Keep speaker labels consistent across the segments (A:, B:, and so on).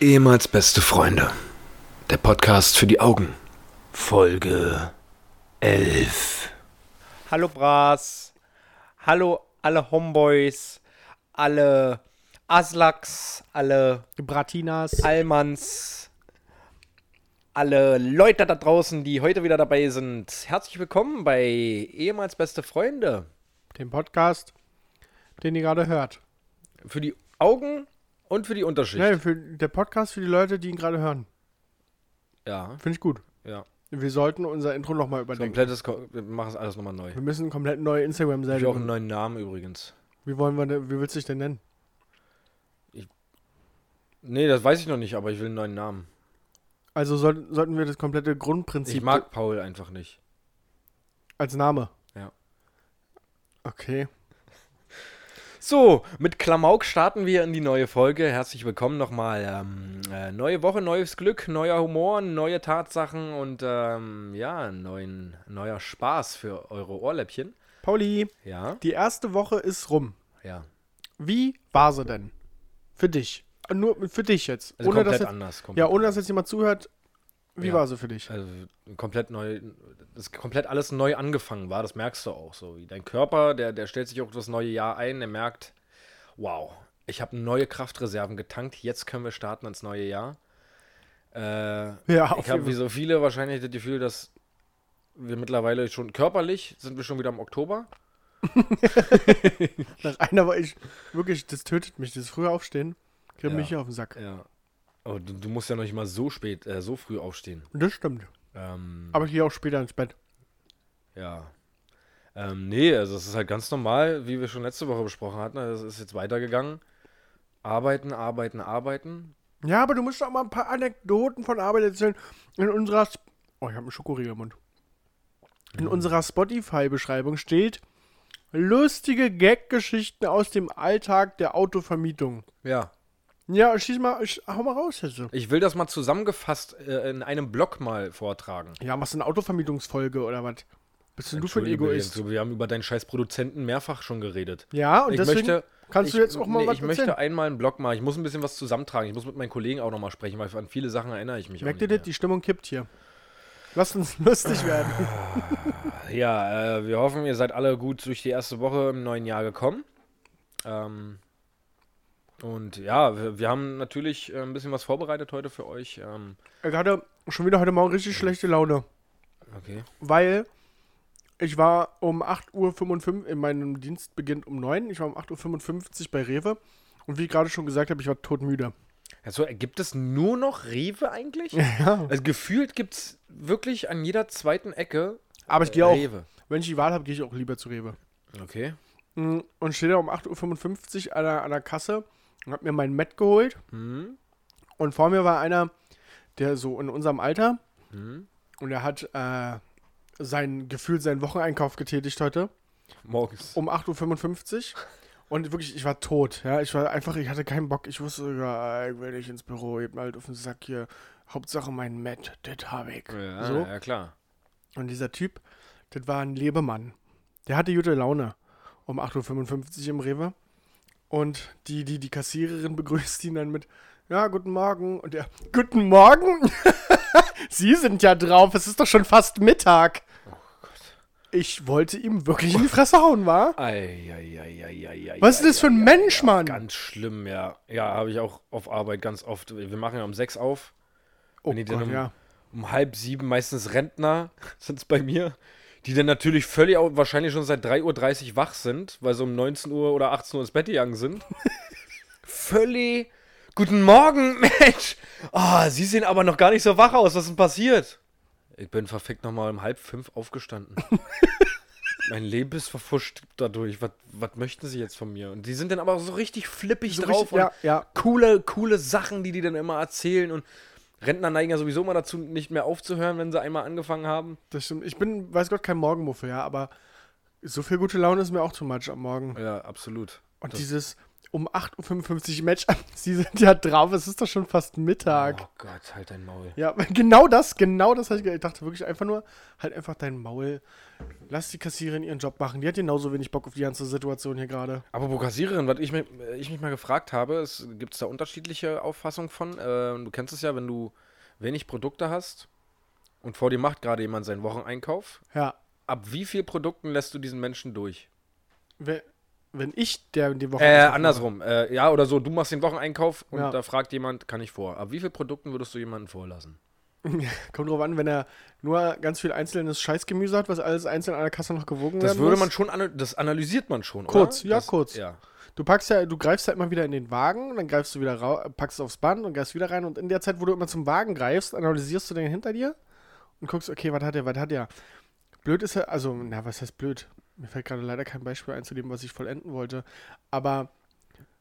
A: Ehemals beste Freunde. Der Podcast für die Augen. Folge 11.
B: Hallo Bras. Hallo alle Homeboys, alle Aslaks, alle
C: Bratinas.
B: Allmanns, alle Leute da draußen, die heute wieder dabei sind. Herzlich willkommen bei ehemals beste Freunde.
C: dem Podcast, den ihr gerade hört.
B: Für die Augen und für die Unterschicht.
C: Nein, für, der Podcast für die Leute, die ihn gerade hören.
B: Ja,
C: Finde ich gut.
B: ja.
C: Wir sollten unser Intro nochmal überdenken.
B: Komplettes, Ko- wir machen es alles nochmal neu.
C: Wir müssen komplett neue
B: Ich
C: Instagram-Seite.
B: auch einen
C: machen.
B: neuen Namen übrigens.
C: Wie wollen wir denn, wie willst du dich denn nennen?
B: Nee, das weiß ich noch nicht, aber ich will einen neuen Namen.
C: Also soll, sollten wir das komplette Grundprinzip
B: Ich mag Paul einfach nicht.
C: als Name.
B: Ja.
C: Okay.
B: So, mit Klamauk starten wir in die neue Folge. Herzlich willkommen nochmal. Ähm, äh, neue Woche, neues Glück, neuer Humor, neue Tatsachen und ähm, ja, neuen, neuer Spaß für eure Ohrläppchen.
C: Pauli,
B: Ja,
C: die erste Woche ist rum.
B: ja.
C: Wie war sie denn? Für dich. Nur für dich jetzt.
B: Also
C: ohne, dass
B: komplett
C: jetzt
B: anders. Komplett.
C: ja, ohne dass jetzt jemand zuhört. Wie
B: Ja.
C: war sie für dich?
B: Also komplett neu, das ist komplett alles neu angefangen war, das merkst du auch so. Wie Dein Körper, der, der stellt sich auch das neue Jahr ein, der merkt, wow, ich habe neue Kraftreserven getankt, jetzt können wir starten ins neue Jahr. Äh,
C: Ja,
B: ich habe wie so viele wahrscheinlich das Gefühl, dass wir mittlerweile schon körperlich sind wir schon wieder im Oktober.
C: Nach einer Woche, ich, wirklich, das tötet mich, dieses frühe Aufstehen, kriegt
B: Ja.
C: mich hier auf den Sack.
B: Ja. Aber du, du musst ja noch nicht mal so spät, äh, so früh aufstehen.
C: Das stimmt.
B: Ähm,
C: Aber ich gehe auch später ins Bett.
B: Ja. Ähm, nee, also es ist halt ganz normal, wie wir schon letzte Woche besprochen hatten. Es ist jetzt weitergegangen. Arbeiten, arbeiten, arbeiten.
C: Ja, aber du musst doch mal ein paar Anekdoten von Arbeit erzählen. In unserer, Sp- oh, ich habe einen Schokoriegel im Mund. In
B: Mhm.
C: unserer Spotify-Beschreibung steht, lustige Gag-Geschichten aus dem Alltag der Autovermietung.
B: Ja.
C: Ja, schieß mal, sch hau mal raus jetzt. so.
B: Ich will das mal zusammengefasst äh, in einem Blog mal vortragen.
C: Ja, machst du eine Autovermietungsfolge oder was? Bist denn du für ein
B: Entschuldige,
C: Egoist?
B: Jens, Wir haben über deinen scheiß Produzenten mehrfach schon geredet.
C: Ja, und
B: Ich
C: deswegen
B: möchte-
C: kannst du
B: ich,
C: jetzt auch mal
B: nee,
C: was
B: Ich
C: erzählen.
B: möchte einmal einen Blog machen. Ich muss ein bisschen was zusammentragen. Ich muss mit meinen Kollegen auch nochmal sprechen, weil an viele Sachen erinnere ich mich
C: Merkt
B: auch
C: ihr das?
B: nicht
C: Die Stimmung kippt hier. Lasst uns lustig werden.
B: mehr. Ja, äh, wir hoffen, ihr seid alle gut durch die erste Woche im neuen Jahr gekommen. Ähm, und ja, wir, wir haben natürlich äh, ein bisschen was vorbereitet heute für euch. Ähm,
C: Ich hatte schon wieder heute Morgen richtig schlechte Laune,
B: okay.
C: weil ich war um 8.55 Uhr, in meinem Dienst beginnt um 9 Uhr, ich war um 8.55 Uhr bei Rewe und wie ich gerade schon gesagt habe, ich war todmüde.
B: Also, gibt es nur noch Rewe eigentlich?
C: Ja.
B: Also gefühlt gibt es wirklich an jeder zweiten Ecke
C: Aber ich gehe auch,
B: Rewe.
C: wenn ich die Wahl habe, gehe ich auch lieber zu Rewe.
B: Okay.
C: Mm, Und stehe da um 8.55 Uhr an der, an der Kasse und habe mir meinen Met geholt
B: Hm.
C: und vor mir war einer, der so in unserem Alter
B: Hm.
C: und er hat äh, sein Gefühl, seinen Wocheneinkauf getätigt heute.
B: Morgens.
C: um 8.55 Uhr. Und wirklich, ich war tot. Ja, ich war einfach, ich hatte keinen Bock. Ich wusste sogar, äh, ich will nicht ins Büro, ich halt auf den Sack hier. Hauptsache mein Matt, das hab ich.
B: Ja,
C: so.
B: ja, klar.
C: Und dieser Typ, das war ein Lebemann. Der hatte gute Laune um 8.55 Uhr im Rewe. Und die, die, die Kassiererin begrüßt ihn dann mit, ja, guten Morgen. Und er, guten Morgen? Sie sind ja drauf, es ist doch schon fast Mittag.
B: Oh
C: Ich wollte ihm wirklich in die Fresse hauen, wa?
B: Eieieiei.
C: Was ist das für ein Mensch, Mann?
B: Ganz schlimm, ja. Ja, habe ich auch auf Arbeit ganz oft. Wir machen ja um sechs auf.
C: Oh
B: Wenn die dann
C: Gott,
B: um,
C: ja.
B: um halb sieben, meistens Rentner, sind es bei mir, die dann natürlich völlig au- wahrscheinlich schon seit 3.30 Uhr wach sind, weil sie um 19 Uhr oder 18 Uhr ins Bett gegangen sind. völlig. Guten Morgen, Mensch! Ah, Sie sehen aber noch gar nicht so wach aus. Was ist denn passiert? Ich bin verfickt nochmal um halb fünf aufgestanden. mein Leben ist verfuscht dadurch. Was, was möchten Sie jetzt von mir? Und die sind dann aber auch so richtig flippig
C: So
B: drauf.
C: richtig- ja,
B: und
C: ja.
B: coole, coole Sachen, die die dann immer erzählen. Und Rentner neigen ja sowieso immer dazu, nicht mehr aufzuhören, wenn sie einmal angefangen haben.
C: Das stimmt. Ich bin, weiß Gott, kein Morgenmuffel, ja, aber so viel gute Laune ist mir auch too much am Morgen.
B: Ja, absolut.
C: Und
B: das-
C: dieses, um 8.55 Uhr Matchup. Sie sind ja drauf, es ist doch schon fast Mittag.
B: Oh Gott, halt dein Maul.
C: Ja, genau das, genau das hatte ich gedacht. Ich dachte wirklich einfach nur, halt einfach dein Maul. Lass die Kassiererin ihren Job machen. Die hat genauso wenig Bock auf die ganze Situation hier gerade.
B: Aber wo Kassiererin, was ich, mir, ich mich mal gefragt habe, es gibt da unterschiedliche Auffassungen von. Ähm, du kennst es ja, wenn du wenig Produkte hast und vor dir macht gerade jemand seinen Wocheneinkauf,
C: Ja,
B: ab wie viel Produkten lässt du diesen Menschen durch?
C: wenn, wenn ich der die Woche.
B: Äh, andersrum. Äh, ja, oder so, du machst den Wocheneinkauf und
C: Ja.
B: da fragt jemand, kann ich vor. Ab wie viel Produkten würdest du jemanden vorlassen?
C: Kommt drauf an, wenn er nur ganz viel einzelnes Scheißgemüse hat, was alles einzeln an der Kasse noch gewogen
B: Das
C: werden
B: würde
C: muss.
B: man schon, ana- das analysiert man schon,
C: Kurz,
B: oder?
C: ja,
B: das,
C: kurz.
B: Ja.
C: Du packst ja, du greifst halt mal wieder in den Wagen, dann greifst du wieder raus, packst es aufs Band und greifst wieder rein. Und in der Zeit, wo du immer zum Wagen greifst, analysierst du den hinter dir und guckst, okay, was hat der, was hat der. Blöd ist ja, also, na, was heißt blöd? Mir fällt gerade leider kein Beispiel ein zu dem, was ich vollenden wollte. Aber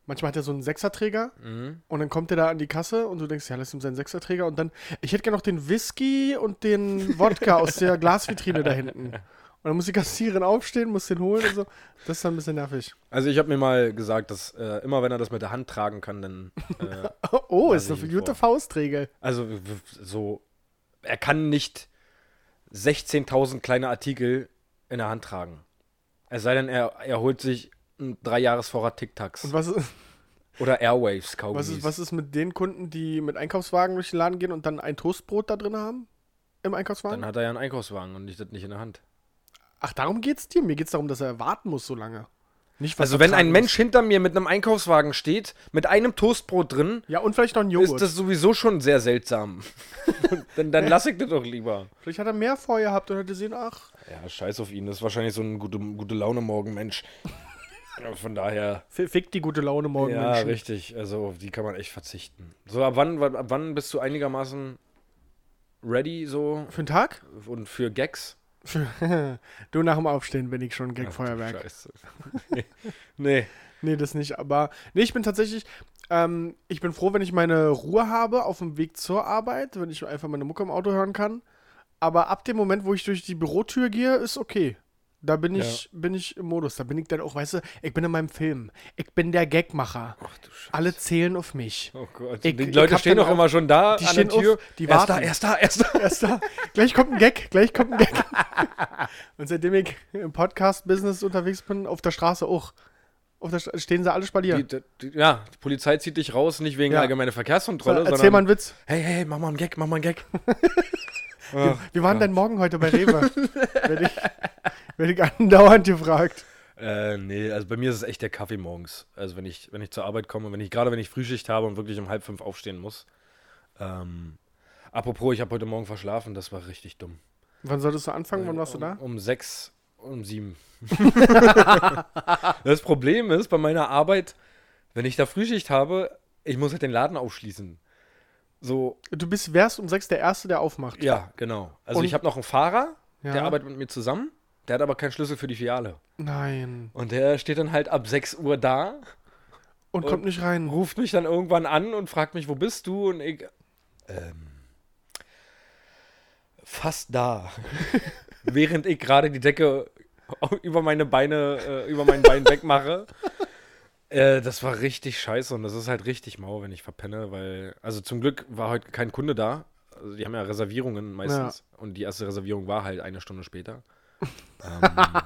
C: manchmal hat er so einen Sechserträger
B: Mhm.
C: und dann kommt er da an die Kasse und du denkst, ja, lass ihm seinen Sechserträger und dann, ich hätte gerne noch den Whisky und den Wodka aus der Glasvitrine da hinten. Und dann muss die Kassiererin aufstehen, muss den holen und so. Das ist dann ein bisschen nervig.
B: Also ich habe mir mal gesagt, dass äh, immer wenn er das mit der Hand tragen kann, dann äh,
C: Oh, oh
B: Lass
C: ist eine
B: ich ihn
C: gute
B: vor.
C: Faustregel.
B: Also w- w- so, er kann nicht 16.000 kleine Artikel in der Hand tragen. Es sei denn, er, er holt sich einen Dreijahresvorrat Tic
C: Und
B: Tacs
C: was ist,
B: oder Airwaves
C: was,
B: Kaugummis.
C: ist, was ist mit den Kunden, die mit Einkaufswagen durch den Laden gehen und dann ein Toastbrot da drin haben? Im Einkaufswagen?
B: Dann hat er ja einen Einkaufswagen und ich das nicht in der Hand.
C: Ach, darum geht's dir? Mir geht's darum, dass er warten muss so lange. Nicht, was
B: Also wenn
C: vertragen
B: ein
C: muss.
B: Mensch hinter mir mit einem Einkaufswagen steht, mit einem Toastbrot drin,
C: Ja, und vielleicht noch ein
B: ist
C: Joghurt.
B: das sowieso schon sehr seltsam. dann dann lasse ich das doch lieber.
C: vielleicht hat er mehr Feuer gehabt und hat gesehen, ach,
B: Ja, scheiß auf ihn. Das ist wahrscheinlich so ein gute, gute Laune morgen Mensch. Ja, Von daher.
C: f- fick die gute Laune morgen,
B: Ja,
C: Menschen.
B: richtig. Also auf die kann man echt verzichten. So, ab wann, ab wann bist du einigermaßen ready so
C: Für den Tag?
B: und für Gags?
C: du, nach dem Aufstehen bin ich schon
B: Ach, du
C: Gagfeuerwerk.
B: Scheiße. nee.
C: Nee, das nicht, aber nee, ich bin tatsächlich, ähm, ich bin froh, wenn ich meine Ruhe habe auf dem Weg zur Arbeit, wenn ich einfach meine Mucke im Auto hören kann. Aber ab dem Moment, wo ich durch die Bürotür gehe, ist okay. Da bin ich, bin ich im Modus. Da bin ich dann auch, weißt du, ich bin in meinem Film. Ich bin der Gagmacher.
B: Ach du Scheiße.
C: Alle zählen auf mich.
B: Oh Gott.
C: Ich-
B: die
C: ich
B: Leute
C: hab
B: stehen
C: dann
B: doch
C: auch-
B: immer schon da
C: die
B: an der
C: stehen auf,
B: Tür.
C: die
B: erst da,
C: warten.
B: erst da, erst da.
C: Erst da, gleich kommt ein Gag, gleich kommt ein Gag. Und seitdem ich im Podcast-Business unterwegs bin, auf der Straße auch. Auf der Stra stehen sie alle spalier.
B: Die, die, die, ja, die Polizei zieht dich raus, nicht wegen
C: Ja.
B: allgemeiner Verkehrskontrolle,
C: Erzähl
B: sondern
C: mal einen Witz.
B: hey, hey, mach mal einen Gag, mach mal einen Gag.
C: Wir, wir waren denn morgen heute bei Rewe? werde, ich, werde ich andauernd gefragt.
B: Äh, nee, also bei mir ist es echt der Kaffee morgens. Also wenn ich, wenn ich zur Arbeit komme, wenn ich gerade wenn ich Frühschicht habe und wirklich um halb fünf aufstehen muss. Ähm, apropos, ich habe heute Morgen verschlafen, das war richtig dumm.
C: Wann solltest du anfangen? Wann warst du da?
B: Um, um sechs, um sieben. das Problem ist bei meiner Arbeit, wenn ich da Frühschicht habe, ich muss halt den Laden aufschließen. So,
C: Du bist, wärst um sechs der Erste, der aufmacht.
B: ja, genau. Also
C: Und-
B: ich habe noch einen Fahrer,
C: Ja.
B: der arbeitet mit mir zusammen, der hat aber keinen Schlüssel für die Filiale.
C: Nein.
B: Und der steht dann halt ab 6 Uhr da
C: Und, kommt nicht rein.
B: ruft mich dann irgendwann an und fragt mich, wo bist du? Und ich. Ähm, fast da. Während ich gerade die Decke über meine Beine, äh, über mein Bein wegmache. Äh, das war richtig scheiße und das ist halt richtig mau, wenn ich verpenne, weil. Also zum Glück war heute kein Kunde da. Also die haben ja Reservierungen meistens. Und die erste Reservierung war halt eine Stunde später. ähm,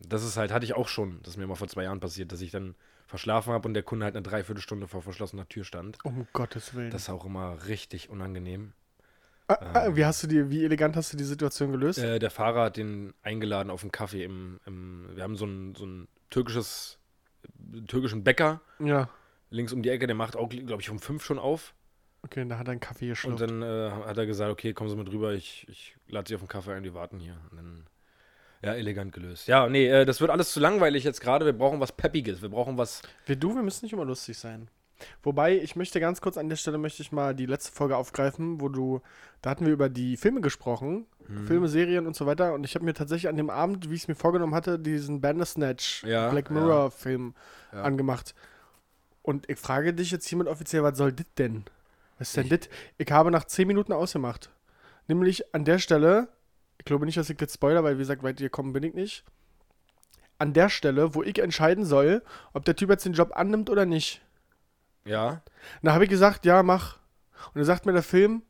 B: das ist halt, hatte ich auch schon, das ist mir mal vor zwei Jahren passiert, dass ich dann verschlafen habe und der Kunde halt eine Dreiviertelstunde vor verschlossener Tür stand.
C: Um Gottes Willen.
B: Das ist auch immer richtig unangenehm.
C: Ah, ah, wie, hast du die, wie elegant hast du die Situation gelöst?
B: Äh, der Fahrer hat den eingeladen auf einen Kaffee im, im wir haben so ein, so ein türkisches, türkischen Bäcker
C: ja.
B: links um die Ecke, der macht auch, glaube ich, um fünf schon auf.
C: Okay, da hat er einen Kaffee
B: Und
C: geschluckt.
B: dann äh, hat er gesagt, okay, kommen Sie mit rüber, ich, ich lade Sie auf den Kaffee ein, die warten hier. Und dann, ja, elegant gelöst. Ja, nee, äh, das wird alles zu langweilig jetzt gerade. Wir brauchen was Peppiges. Wir brauchen was.
C: Wir, du, wir müssen nicht immer lustig sein. Wobei, ich möchte ganz kurz an der Stelle möchte ich mal die letzte Folge aufgreifen, wo du, da hatten wir über die Filme gesprochen,
B: Mhm.
C: Filme, Serien und so weiter. Und ich habe mir tatsächlich an dem Abend, wie ich es mir vorgenommen hatte, diesen Bandersnatch
B: Ja,
C: Black
B: ja.
C: Mirror Film
B: Ja.
C: angemacht. Und ich frage dich jetzt hiermit offiziell, was soll dit denn? Was ist denn dit? Ich habe nach 10 Minuten ausgemacht. Nämlich an der Stelle, ich glaube nicht, dass ich das spoiler, weil wie gesagt, weit gekommen bin ich nicht. an der Stelle, wo ich entscheiden soll, ob der Typ jetzt den Job annimmt oder nicht.
B: Ja.
C: Da habe ich gesagt, ja, mach. Und dann sagt mir der Film,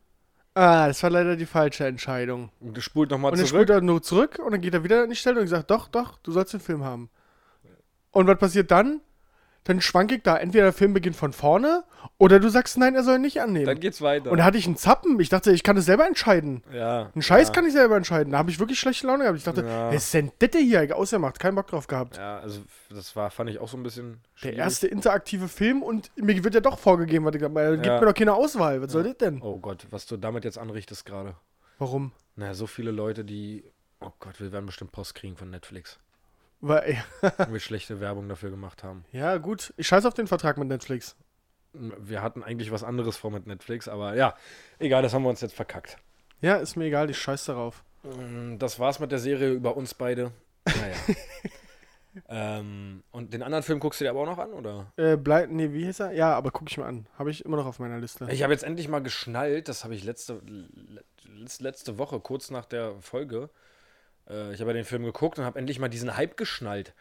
C: ah, das war leider die falsche Entscheidung.
B: Und das spult nochmal
C: Und dann
B: zurück.
C: spult er nur zurück und dann geht er wieder an die Stelle und ich sage, doch, doch, du sollst den Film haben. Und was passiert dann? Dann schwank ich da. Entweder der Film beginnt von vorne oder du sagst, nein, er soll ihn nicht annehmen.
B: Dann geht's weiter.
C: und da hatte ich einen Zappen. Ich dachte, ich kann das selber entscheiden.
B: ja.
C: Einen Scheiß kann ich selber entscheiden. Da habe ich wirklich schlechte Laune gehabt. Ich dachte,
B: Ja.
C: was ist denn das hier? Ausgemacht, keinen Bock drauf gehabt.
B: Ja, also das war, fand ich auch so ein bisschen.
C: Der
B: schwierig.
C: erste interaktive Film und mir wird ja doch vorgegeben, was ich habe. Gibt
B: Ja.
C: mir doch keine Auswahl. Was soll das denn?
B: Oh Gott, was du damit jetzt anrichtest gerade.
C: Warum?
B: Naja, so viele Leute, die. Oh Gott, wir werden bestimmt Post kriegen von Netflix.
C: Weil,
B: Weil wir schlechte Werbung dafür gemacht haben.
C: ja, gut. Ich scheiße auf den Vertrag mit Netflix.
B: Wir hatten eigentlich was anderes vor mit Netflix, aber ja, egal, das haben wir uns jetzt verkackt.
C: Ja, ist mir egal. Ich scheiße darauf.
B: Ähm, Das war's mit der Serie über uns beide. Naja. ähm, und den anderen Film guckst du dir aber auch noch an, oder?
C: Äh, bleib, nee, wie hieß er? Ja, aber guck ich mal an. Habe ich immer noch auf meiner Liste.
B: Ich habe jetzt endlich mal geschnallt, das habe ich letzte, le- letzte Woche, kurz nach der Folge. Äh, ich habe ja den Film geguckt und habe endlich mal diesen Hype geschnallt.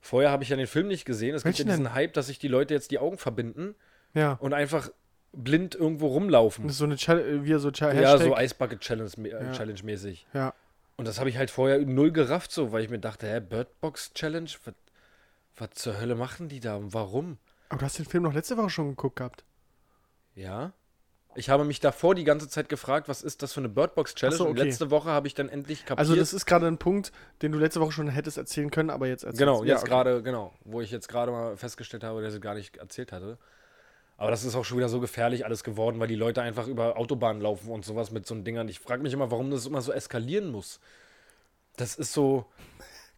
B: Vorher habe ich ja den Film nicht gesehen. Es gibt ja
C: Welchen
B: diesen Hype, dass sich die Leute jetzt die Augen verbinden
C: ja.
B: und einfach blind irgendwo rumlaufen.
C: Das ist so eine Challenge, wie so Challenge.
B: Ja, so Eisbucket Challenge, äh,
C: Ja.
B: Challenge mäßig.
C: Ja.
B: Und das habe ich halt vorher null gerafft, so, weil ich mir dachte, hä, Birdbox Challenge? Was- Was zur Hölle machen die da und warum?
C: Aber du hast den Film noch letzte Woche schon geguckt gehabt.
B: Ja. Ich habe mich davor die ganze Zeit gefragt, was ist das für eine Birdbox Challenge?
C: Ach so,
B: Und
C: okay.
B: letzte Woche habe ich dann endlich kapiert.
C: Also, das ist gerade ein Punkt, den du letzte Woche schon hättest erzählen können, aber jetzt erzählst
B: genau,
C: du.
B: jetzt
C: ja, okay.
B: gerade, genau, wo ich jetzt gerade mal festgestellt habe, dass ich gar nicht erzählt hatte. Aber das ist auch schon wieder so gefährlich alles geworden, weil die Leute einfach über Autobahnen laufen und sowas mit so Dingern. Ich frage mich immer, warum das immer so eskalieren muss. Das ist so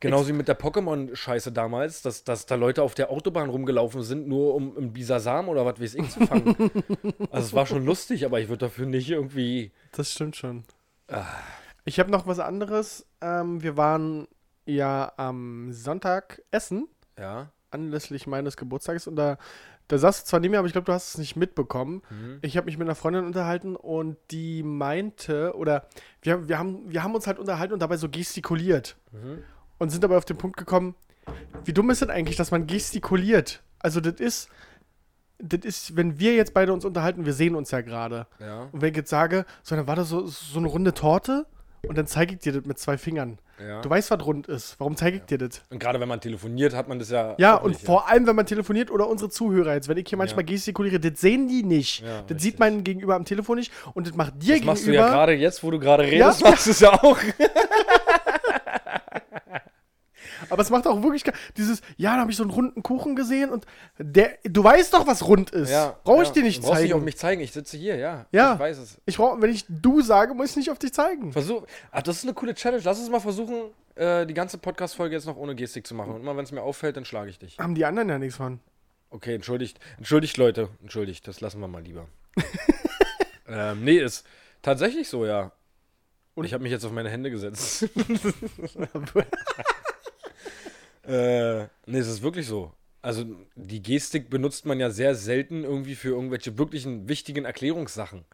B: genauso wie mit der Pokémon-Scheiße damals, dass, dass da Leute auf der Autobahn rumgelaufen sind, nur um im Bisasam oder was weiß ich zu fangen. also es war schon lustig, aber ich würde dafür nicht irgendwie
C: Das stimmt schon. Ich habe noch was anderes. Ähm, wir waren ja am Sonntag essen,
B: ja.
C: anlässlich meines Geburtstages. Und da, da saß du zwar neben mir, aber ich glaube, du hast es nicht mitbekommen. Ich habe mich mit einer Freundin unterhalten und die meinte, oder wir, wir, haben, wir haben uns halt unterhalten und dabei so gestikuliert. Und sind dabei auf den Punkt gekommen, wie dumm ist das eigentlich, dass man gestikuliert? Also das ist, das ist, wenn wir jetzt beide uns unterhalten, wir sehen uns ja gerade.
B: Ja,
C: Und wenn ich jetzt sage, so, dann war das so, so eine runde Torte und dann zeige ich dir das mit zwei Fingern.
B: ja.
C: Du weißt, was rund ist. Warum zeige ich dir das?
B: Und gerade wenn man telefoniert, hat man das ja.
C: Ja,
B: auch
C: und
B: nicht,
C: vor allem, wenn man telefoniert oder unsere Zuhörer jetzt, wenn ich hier manchmal gestikuliere, das sehen die nicht.
B: Ja,
C: das
B: richtig.
C: sieht mein Gegenüber am Telefon nicht und das macht dir
B: Das machst du ja
C: gegenüber.
B: gerade jetzt, wo du gerade redest, machst du es ja auch.
C: aber es macht auch wirklich ke- dieses, ja, da habe ich so einen runden Kuchen gesehen und der, du weißt doch, was rund ist. Brauche ich dir nicht
B: Du brauchst nicht auf
C: zeigen.
B: mich zeigen, ich sitze hier, ja.
C: Ja.
B: Ich weiß es.
C: Ich brauche, wenn ich du sage, muss ich nicht auf dich zeigen.
B: Versuch. Ach, das ist eine coole Challenge. Lass uns mal versuchen, äh, die ganze Podcast-Folge jetzt noch ohne Gestik zu machen. Und immer wenn es mir auffällt, dann schlage ich dich.
C: Haben die anderen ja nichts von.
B: Okay, entschuldigt. Entschuldigt, Leute. Entschuldigt, das lassen wir mal lieber. ähm, nee, ist tatsächlich so, ja. Und ich habe mich jetzt auf meine Hände gesetzt. Äh, nee, es ist wirklich so. Also die Gestik benutzt man ja sehr selten irgendwie für irgendwelche wirklichen wichtigen Erklärungssachen.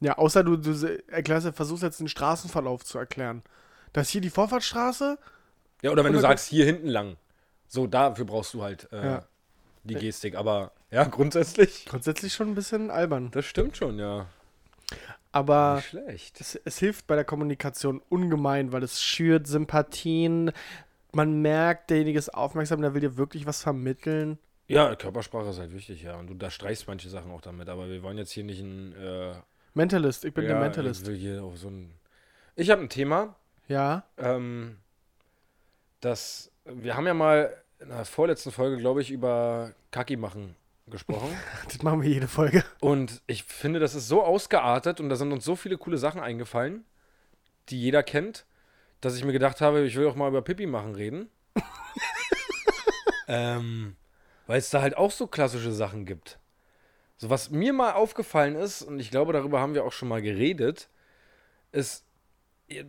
C: Ja, außer du, du se- erklärst, versuchst jetzt den Straßenverlauf zu erklären. Das hier die Vorfahrtsstraße,
B: Ja, oder wenn
C: Und
B: du
C: dann
B: sagst, hier hinten lang. So, dafür brauchst du halt äh,
C: Ja.
B: die Gestik. Aber ja, grundsätzlich.
C: grundsätzlich schon ein bisschen albern.
B: Das stimmt schon, ja.
C: Aber
B: Nicht schlecht.
C: Es, es hilft bei der Kommunikation ungemein, weil es schürt Sympathien. Man merkt, derjenige ist aufmerksam, der will dir wirklich was vermitteln.
B: Ja, Körpersprache ist halt wichtig, ja. Und du da streichst manche Sachen auch damit. Aber wir wollen jetzt hier nicht ein. Äh,
C: Mentalist, ich bin
B: ja,
C: der Mentalist.
B: Ich will hier auf so ein. Ich habe ein Thema.
C: Ja,
B: ähm, dass wir haben ja mal in der vorletzten Folge, glaube ich, über Kaki machen gesprochen.
C: das machen wir jede Folge.
B: und ich finde, das ist so ausgeartet und da sind uns so viele coole Sachen eingefallen, die jeder kennt, dass ich mir gedacht habe, ich will auch mal über Pipi machen reden. ähm, weil es da halt auch so klassische Sachen gibt. So was mir mal aufgefallen ist, und ich glaube, darüber haben wir auch schon mal geredet, ist,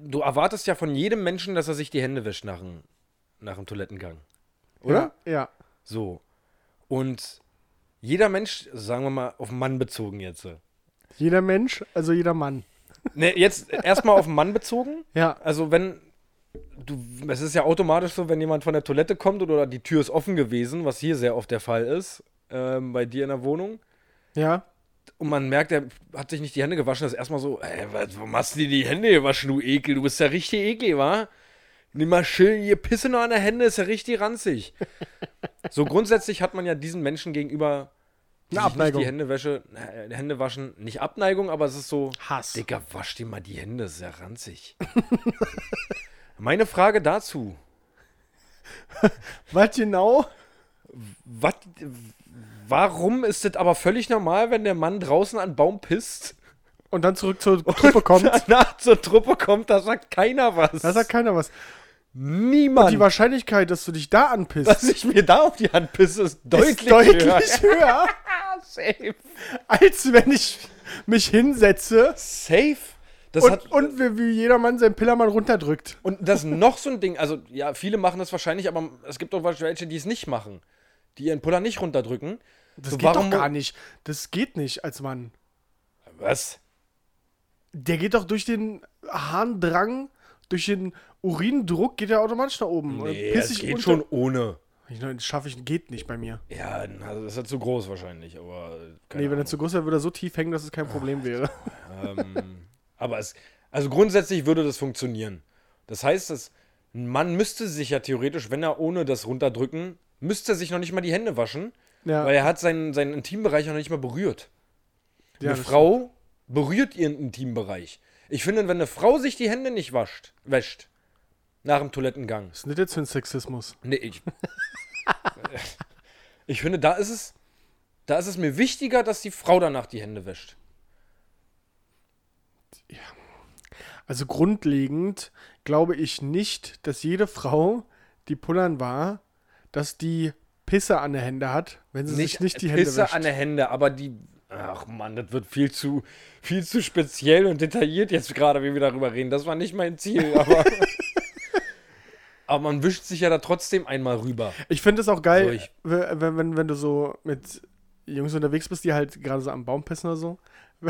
B: du erwartest ja von jedem Menschen, dass er sich die Hände wäscht nach dem, nach dem Toilettengang. Oder?
C: Ja. ja.
B: So. Und jeder Mensch, also sagen wir mal, auf den Mann bezogen jetzt.
C: Jeder Mensch, also jeder Mann.
B: Ne, jetzt erstmal auf den Mann bezogen.
C: Ja,
B: Also, wenn du, es ist ja automatisch so, wenn jemand von der Toilette kommt oder die Tür ist offen gewesen, was hier sehr oft der Fall ist, ähm, bei dir in der Wohnung.
C: Ja.
B: Und man merkt, er hat sich nicht die Hände gewaschen. Das ist erstmal so, ey, was, warum hast du dir die Hände gewaschen, du Ekel? Du bist ja richtig eklig, wa? Nimm mal schön, hier Pisse noch an der Hände, ist ja richtig ranzig. so grundsätzlich hat man ja diesen Menschen gegenüber die
C: Eine
B: sich nicht
C: Abneigung.
B: die Hände, wäsche, äh, Hände waschen, nicht Abneigung, aber es ist so,
C: Hass.
B: Digga, wasch dir mal die Hände, ist ja ranzig. Meine Frage dazu,
C: Was genau?
B: wat, warum ist das aber völlig normal, wenn der Mann draußen an einen Baum pisst?
C: Und dann zurück zur Truppe kommt.
B: Danach zur Truppe kommt, da sagt keiner was.
C: Da sagt keiner was.
B: niemand.
C: Die Wahrscheinlichkeit, dass du dich da anpisst,
B: dass ich mir da auf die Hand pisse, ist deutlich,
C: ist deutlich
B: höher.
C: höher,
B: Safe.
C: als wenn ich mich hinsetze
B: Safe. Das
C: und,
B: hat,
C: und wie, wie jedermann seinen Pillermann runterdrückt.
B: Und das ist noch so ein Ding, also ja, viele machen das wahrscheinlich, aber es gibt auch welche, die es nicht machen. Die ihren Puller nicht runterdrücken.
C: Das
B: So,
C: geht
B: warum-
C: doch gar nicht. Das geht nicht als Mann.
B: Was?
C: Der geht doch durch den Harndrang, durch den Urindruck geht er automatisch nach oben. Und
B: Nee,
C: piss
B: das
C: ich
B: geht
C: unter-
B: schon ohne.
C: Ich, nein, das schaffe ich, geht nicht bei mir.
B: Ja, also das ist ja zu groß wahrscheinlich, aber. äh, Keine
C: Nee, wenn er zu groß wäre, würde er so tief hängen, dass es
B: Ah.
C: kein Problem wäre.
B: Ahnung. ähm, aber es. Also grundsätzlich würde das funktionieren. Das heißt, dass ein Mann müsste sich ja theoretisch, wenn er ohne das runterdrücken, müsste er sich noch nicht mal die Hände waschen,
C: Ja,
B: weil er hat seinen, seinen Intimbereich noch nicht mal berührt.
C: ja,
B: eine
C: das-
B: Frau berührt ihren Intimbereich. Ich finde, wenn eine Frau sich die Hände nicht wascht, wäscht, nach dem Toilettengang.
C: Das ist nicht jetzt für ein Sexismus.
B: Nee, ich. ich finde, da ist es. Da ist es mir wichtiger, dass die Frau danach die Hände wäscht.
C: Also grundlegend glaube ich nicht, dass jede Frau, die pullern war, dass die Pisse an der Hände hat, wenn sie sich nicht die Hände
B: Pisse
C: wäscht.
B: an der Hände, aber die. Ach man, das wird viel zu, viel zu speziell und detailliert jetzt gerade, wie wir darüber reden. Das war nicht mein Ziel, aber. aber man wischt sich ja da trotzdem einmal rüber.
C: ich finde es auch geil,
B: So, ich-
C: wenn, wenn- wenn, wenn du so mit Jungs unterwegs bist, die halt gerade so am Baum pissen oder so.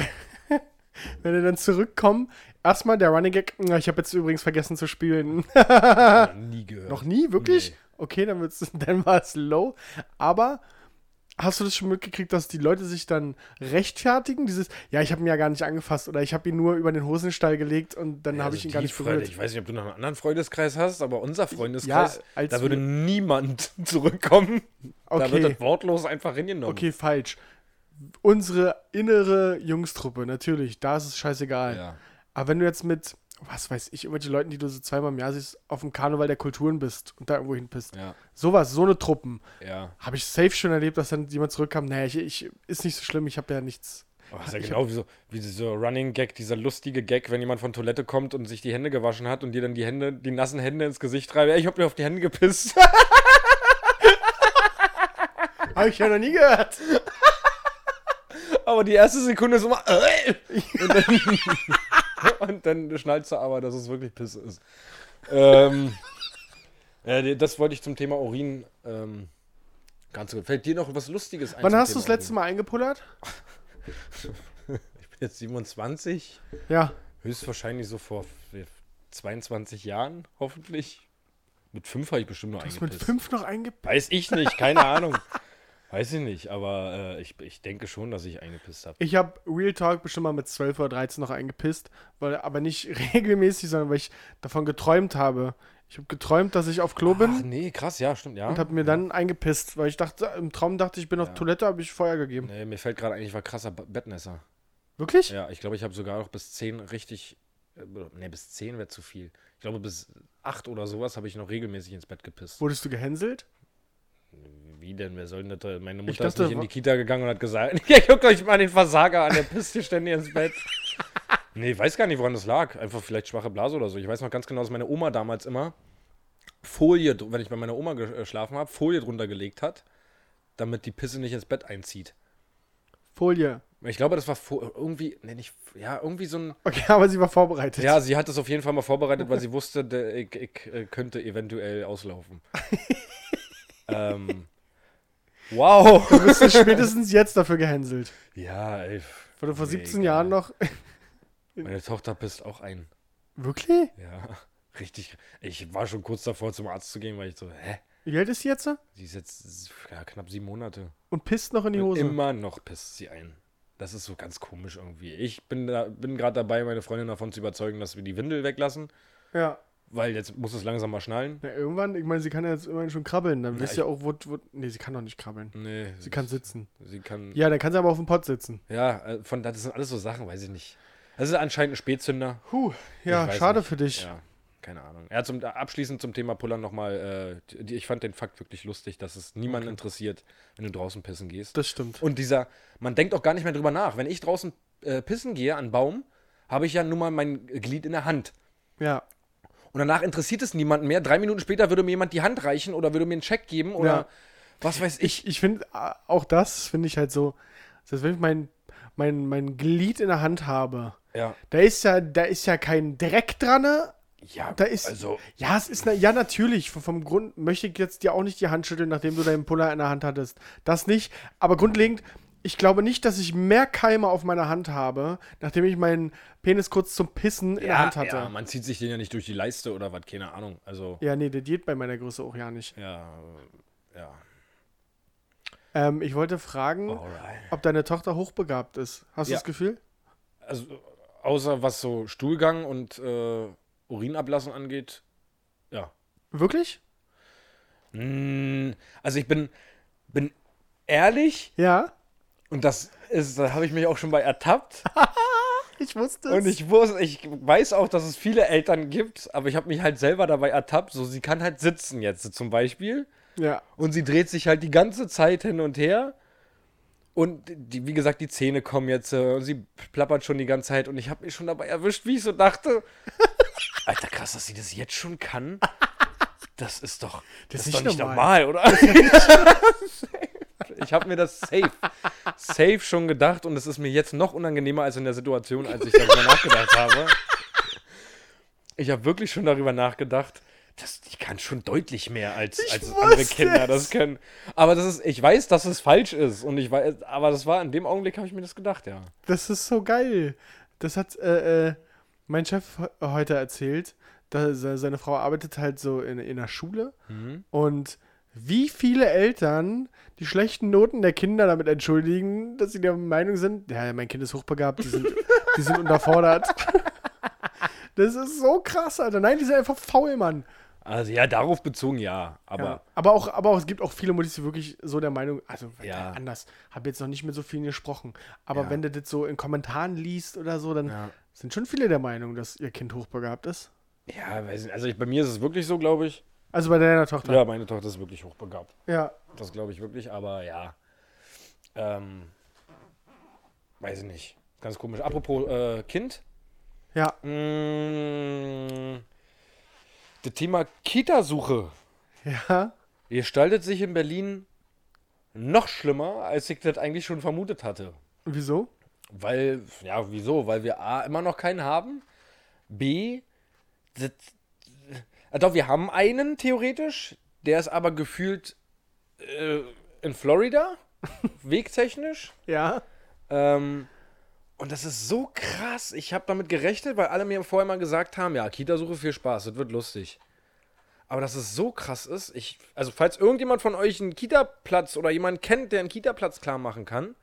C: Wenn wenn die dann zurückkommen, erstmal der Running Gag, "Na, ich habe jetzt übrigens vergessen zu spielen.
B: Noch Nie gehört.
C: Ah, Noch nie, wirklich?
B: Nee.
C: Okay, dann, wird's- dann war es low. Aber hast du das schon mitgekriegt, dass die Leute sich dann rechtfertigen? Dieses, ja, ich habe ihn ja gar nicht angefasst oder ich habe ihn nur über den Hosenstall gelegt und dann habe
B: Also
C: ich ihn gar
B: die
C: nicht
B: Freunde-
C: berührt.
B: Ich weiß nicht, ob du noch einen anderen Freundeskreis hast, aber unser Freundeskreis,
C: Ja, als
B: da würde
C: wir-
B: niemand zurückkommen. Da wird
C: Okay,
B: das wortlos einfach hingenommen.
C: okay, falsch. Unsere innere Jungstruppe, natürlich, da ist es scheißegal.
B: Ja.
C: Aber wenn du jetzt mit, was weiß ich, irgendwelchen Leuten, die du so zweimal im Jahr siehst, auf dem Karneval der Kulturen bist und da irgendwo hin bist,
B: Ja,
C: sowas, so eine Truppen,
B: ja.
C: Habe ich safe schon erlebt, dass dann jemand zurückkam. Naja, ich, ich ist nicht so schlimm, ich habe ja nichts.
B: Aber das ist ja genau wie so, wie so Running Gag, dieser lustige Gag, wenn jemand von Toilette kommt und sich die Hände gewaschen hat und dir dann die Hände, die nassen Hände ins Gesicht reibt. Ey, ich hab mir auf die Hände gepisst.
C: Habe ich ja noch nie gehört.
B: Aber die erste Sekunde ist immer. "Äh!" Und dann, und dann schnallst du aber, dass es wirklich Pisse ist. Ähm, ja, die- das wollte ich zum Thema Urin. Ähm, ganz gut. Fällt dir noch was Lustiges ein?
C: Wann
B: zum
C: hast du das
B: Thema
C: letzte Mal eingepullert?
B: Urin? Ich bin jetzt 27.
C: Ja.
B: Höchstwahrscheinlich so vor 22 Jahren, hoffentlich. Mit fünf habe ich bestimmt noch
C: Hast mit
B: eingepisst.
C: fünf noch eingepisst?
B: Weiß ich nicht, keine Ahnung. Weiß ich nicht, aber äh, ich, ich denke schon, dass ich eingepisst habe.
C: Ich habe Real Talk bestimmt mal mit 12 oder 13 noch eingepisst, weil, aber nicht regelmäßig, sondern weil ich davon geträumt habe. Ich habe geträumt, dass ich auf Klo
B: Ach
C: bin
B: nee, krass, ja, stimmt, ja.
C: und habe mir dann eingepisst, weil ich dachte, im Traum dachte ich, bin auf Toilette, habe ich Feuer gegeben.
B: Nee, mir fällt gerade eigentlich, ich war krasser Ba- Bettnässer.
C: Wirklich?
B: Ja, ich glaube, ich habe sogar noch bis 10 richtig. äh, Ne, bis 10 wäre zu viel. Ich glaube, bis 8 oder sowas habe ich noch regelmäßig ins Bett gepisst.
C: Wurdest du gehänselt?
B: Wie denn? Wer soll denn das? Meine
C: Ich
B: Mutter
C: dachte,
B: ist nicht in
C: wa-
B: die Kita gegangen und hat gesagt: Ja, guckt euch mal den Versager an, der pisst hier ständig ins Bett. Nee, ich weiß gar nicht, woran das lag. Einfach vielleicht schwache Blase oder so. Ich weiß noch ganz genau, dass meine Oma damals immer Folie, dr- wenn ich bei meiner Oma ge- äh, geschlafen habe, Folie drunter gelegt hat, damit die Pisse nicht ins Bett einzieht.
C: Folie.
B: Ich glaube, das war Fo- irgendwie, nee, nicht, ja, irgendwie so ein.
C: Okay, aber sie war vorbereitet.
B: Ja, sie hat es auf jeden Fall mal vorbereitet, weil sie wusste, der- ich, ich äh, könnte eventuell auslaufen. ähm, wow.
C: Du bist ja spätestens jetzt dafür gehänselt.
B: Ja, ey.
C: Weil du vor 17
B: Mega.
C: Jahren noch.
B: Meine Tochter pisst auch ein.
C: Wirklich?
B: Ja. Richtig. Ich war schon kurz davor, zum Arzt zu gehen, weil ich so, hä?
C: Wie alt ist sie jetzt?
B: Die ist jetzt ja, knapp sieben Monate.
C: Und pisst noch in die
B: Und
C: Hose.
B: Immer noch pisst sie ein. Das ist so ganz komisch irgendwie. Ich bin, da- bin gerade dabei, meine Freundin davon zu überzeugen, dass wir die Windel weglassen,
C: Ja.
B: weil jetzt muss es langsam mal schnallen.
C: Na, irgendwann, ich meine, sie kann ja jetzt immerhin schon krabbeln. Dann
B: Na, Hm.
C: wisst ihr auch, wo, wo. Nee, sie kann doch nicht krabbeln.
B: Nee,
C: Sie kann sitzen.
B: Sie kann.
C: Ja, dann kann sie aber auf dem Pott sitzen.
B: Ja, äh, von das sind alles so Sachen, weiß ich nicht. Das ist anscheinend ein Spätzünder.
C: Puh,
B: Ich
C: ja,
B: weiß
C: schade
B: nicht.
C: für dich.
B: Ja, keine Ahnung. Ja, zum, abschließend zum Thema Pullern nochmal. Äh, die, ich fand den Fakt wirklich lustig, dass es niemanden interessiert, wenn du draußen pissen gehst.
C: Das stimmt.
B: Und dieser, man denkt auch gar nicht mehr drüber nach. Wenn ich draußen äh, pissen gehe an Baum, habe ich ja nun mal mein Glied in der Hand.
C: Ja.
B: Und danach interessiert es niemanden mehr. Drei Minuten später würde mir jemand die Hand reichen oder würde mir einen Check geben oder
C: Ja.
B: was weiß ich.
C: Ich finde, äh, auch das finde ich halt so, dass wenn ich mein, mein, mein Glied in der Hand habe,
B: Ja,
C: da ist ja, da ist ja kein Dreck dran. ne?
B: ja
C: Da ist.
B: also
C: ja, es ist na, ja natürlich. v- Vom Grund möchte ich jetzt dir auch nicht die Hand schütteln, nachdem du deinen Puller in der Hand hattest. Das nicht. Aber grundlegend, ich glaube nicht, dass ich mehr Keime auf meiner Hand habe, nachdem ich meinen Penis kurz zum Pissen in der Hand hatte.
B: ja, man zieht sich den ja nicht durch die Leiste oder was, keine Ahnung. Also,
C: Ja, nee, das geht bei meiner Größe auch ja nicht.
B: ja, äh, ja.
C: Ähm, ich wollte fragen,
B: Alright.
C: ob deine Tochter hochbegabt ist. Hast
B: Oh. Ja.
C: du das Gefühl?
B: Also, außer was so Stuhlgang und äh, Urinablassen angeht, ja.
C: Wirklich?
B: Mm, Also, ich bin, bin ehrlich
C: Ja.
B: und das ist, da habe ich mich auch schon bei ertappt.
C: Ich wusste
B: Und ich wusste, ich weiß auch, dass es viele Eltern gibt, aber ich habe mich halt selber dabei ertappt. So, sie kann halt sitzen jetzt zum Beispiel.
C: ja.
B: Und sie dreht sich halt die ganze Zeit hin und her. Und die, wie gesagt, die Zähne kommen jetzt äh, und sie plappert schon die ganze Zeit. Und ich habe mich schon dabei erwischt, wie ich so dachte. Alter, krass, dass sie das jetzt schon kann. Das ist doch, das ist doch nicht normal, oder? ich habe mir das safe, safe schon gedacht. Und es ist mir jetzt noch unangenehmer als in der Situation, als ich darüber nachgedacht habe. Ich habe wirklich schon darüber nachgedacht, dass die kann schon deutlich mehr als, als andere
C: wusste
B: Kinder
C: es.
B: das können. Aber das ist, ich weiß, dass es falsch ist und ich weiß, aber das war in dem Augenblick habe ich mir das gedacht, ja.
C: Das ist so geil. Das hat äh, äh, mein Chef he- heute erzählt. Da, se- seine Frau arbeitet halt so in, in der Schule. Und wie viele Eltern die schlechten Noten der Kinder damit entschuldigen, dass sie der Meinung sind, ja, mein Kind ist hochbegabt, die sind, die sind unterfordert. Das ist so krass, Alter. Nein, die sind einfach faul, Mann.
B: Also ja, darauf bezogen ja, aber
C: Ja. Aber, auch, aber auch, es gibt auch viele Muttis, die wirklich so der Meinung, also
B: Ja.
C: anders, habe jetzt noch nicht mit so vielen gesprochen, aber
B: Ja.
C: wenn du das so in Kommentaren liest oder so, dann
B: Ja.
C: sind schon viele der Meinung, dass ihr Kind hochbegabt ist.
B: ja, weiß nicht. Also ich, bei mir ist es wirklich so, glaube ich.
C: Also bei deiner Tochter.
B: Ja, meine Tochter ist wirklich hochbegabt.
C: Ja.
B: Das glaube ich wirklich, aber ja. Ähm, weiß ich nicht. Ganz komisch. Apropos äh, Kind.
C: Ja.
B: Mh, das Thema Kitasuche
C: Ja.
B: gestaltet sich in Berlin noch schlimmer, als ich das eigentlich schon vermutet hatte.
C: Wieso?
B: Weil, ja, wieso? Weil wir A, immer noch keinen haben. B, das, äh, doch, wir haben einen theoretisch, der ist aber gefühlt äh, in Florida, wegtechnisch.
C: Ja.
B: Ähm, und das ist so krass. Ich habe damit gerechnet, weil alle mir vorher mal gesagt haben, ja, Kitasuche viel Spaß, das wird lustig. Aber dass es so krass ist, ich, also falls irgendjemand von euch einen Kita-Platz oder jemanden kennt, der einen Kita-Platz klar machen kann,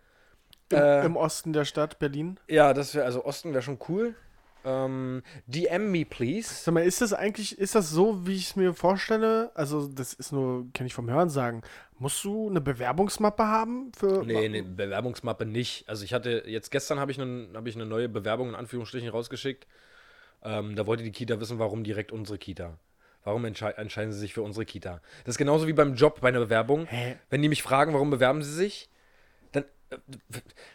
C: Im,
B: Äh.
C: Im Osten der Stadt Berlin.
B: ja, das wäre, also Osten wäre schon cool. Ähm, DM me, please.
C: Sag mal, ist das eigentlich, ist das so, wie ich es mir vorstelle? Also, das ist nur, kann ich vom Hören sagen. Musst du eine Bewerbungsmappe haben für.
B: Nee, nee, Bewerbungsmappe nicht. Also ich hatte, jetzt gestern habe ich, nen- hab ich eine neue Bewerbung in Anführungsstrichen rausgeschickt. Ähm, da wollte die Kita wissen, warum direkt unsere Kita. Warum entschei- entscheiden sie sich für unsere Kita? Das ist genauso wie beim Job bei einer Bewerbung.
C: Hä?
B: Wenn die mich fragen, warum bewerben sie sich, dann, äh,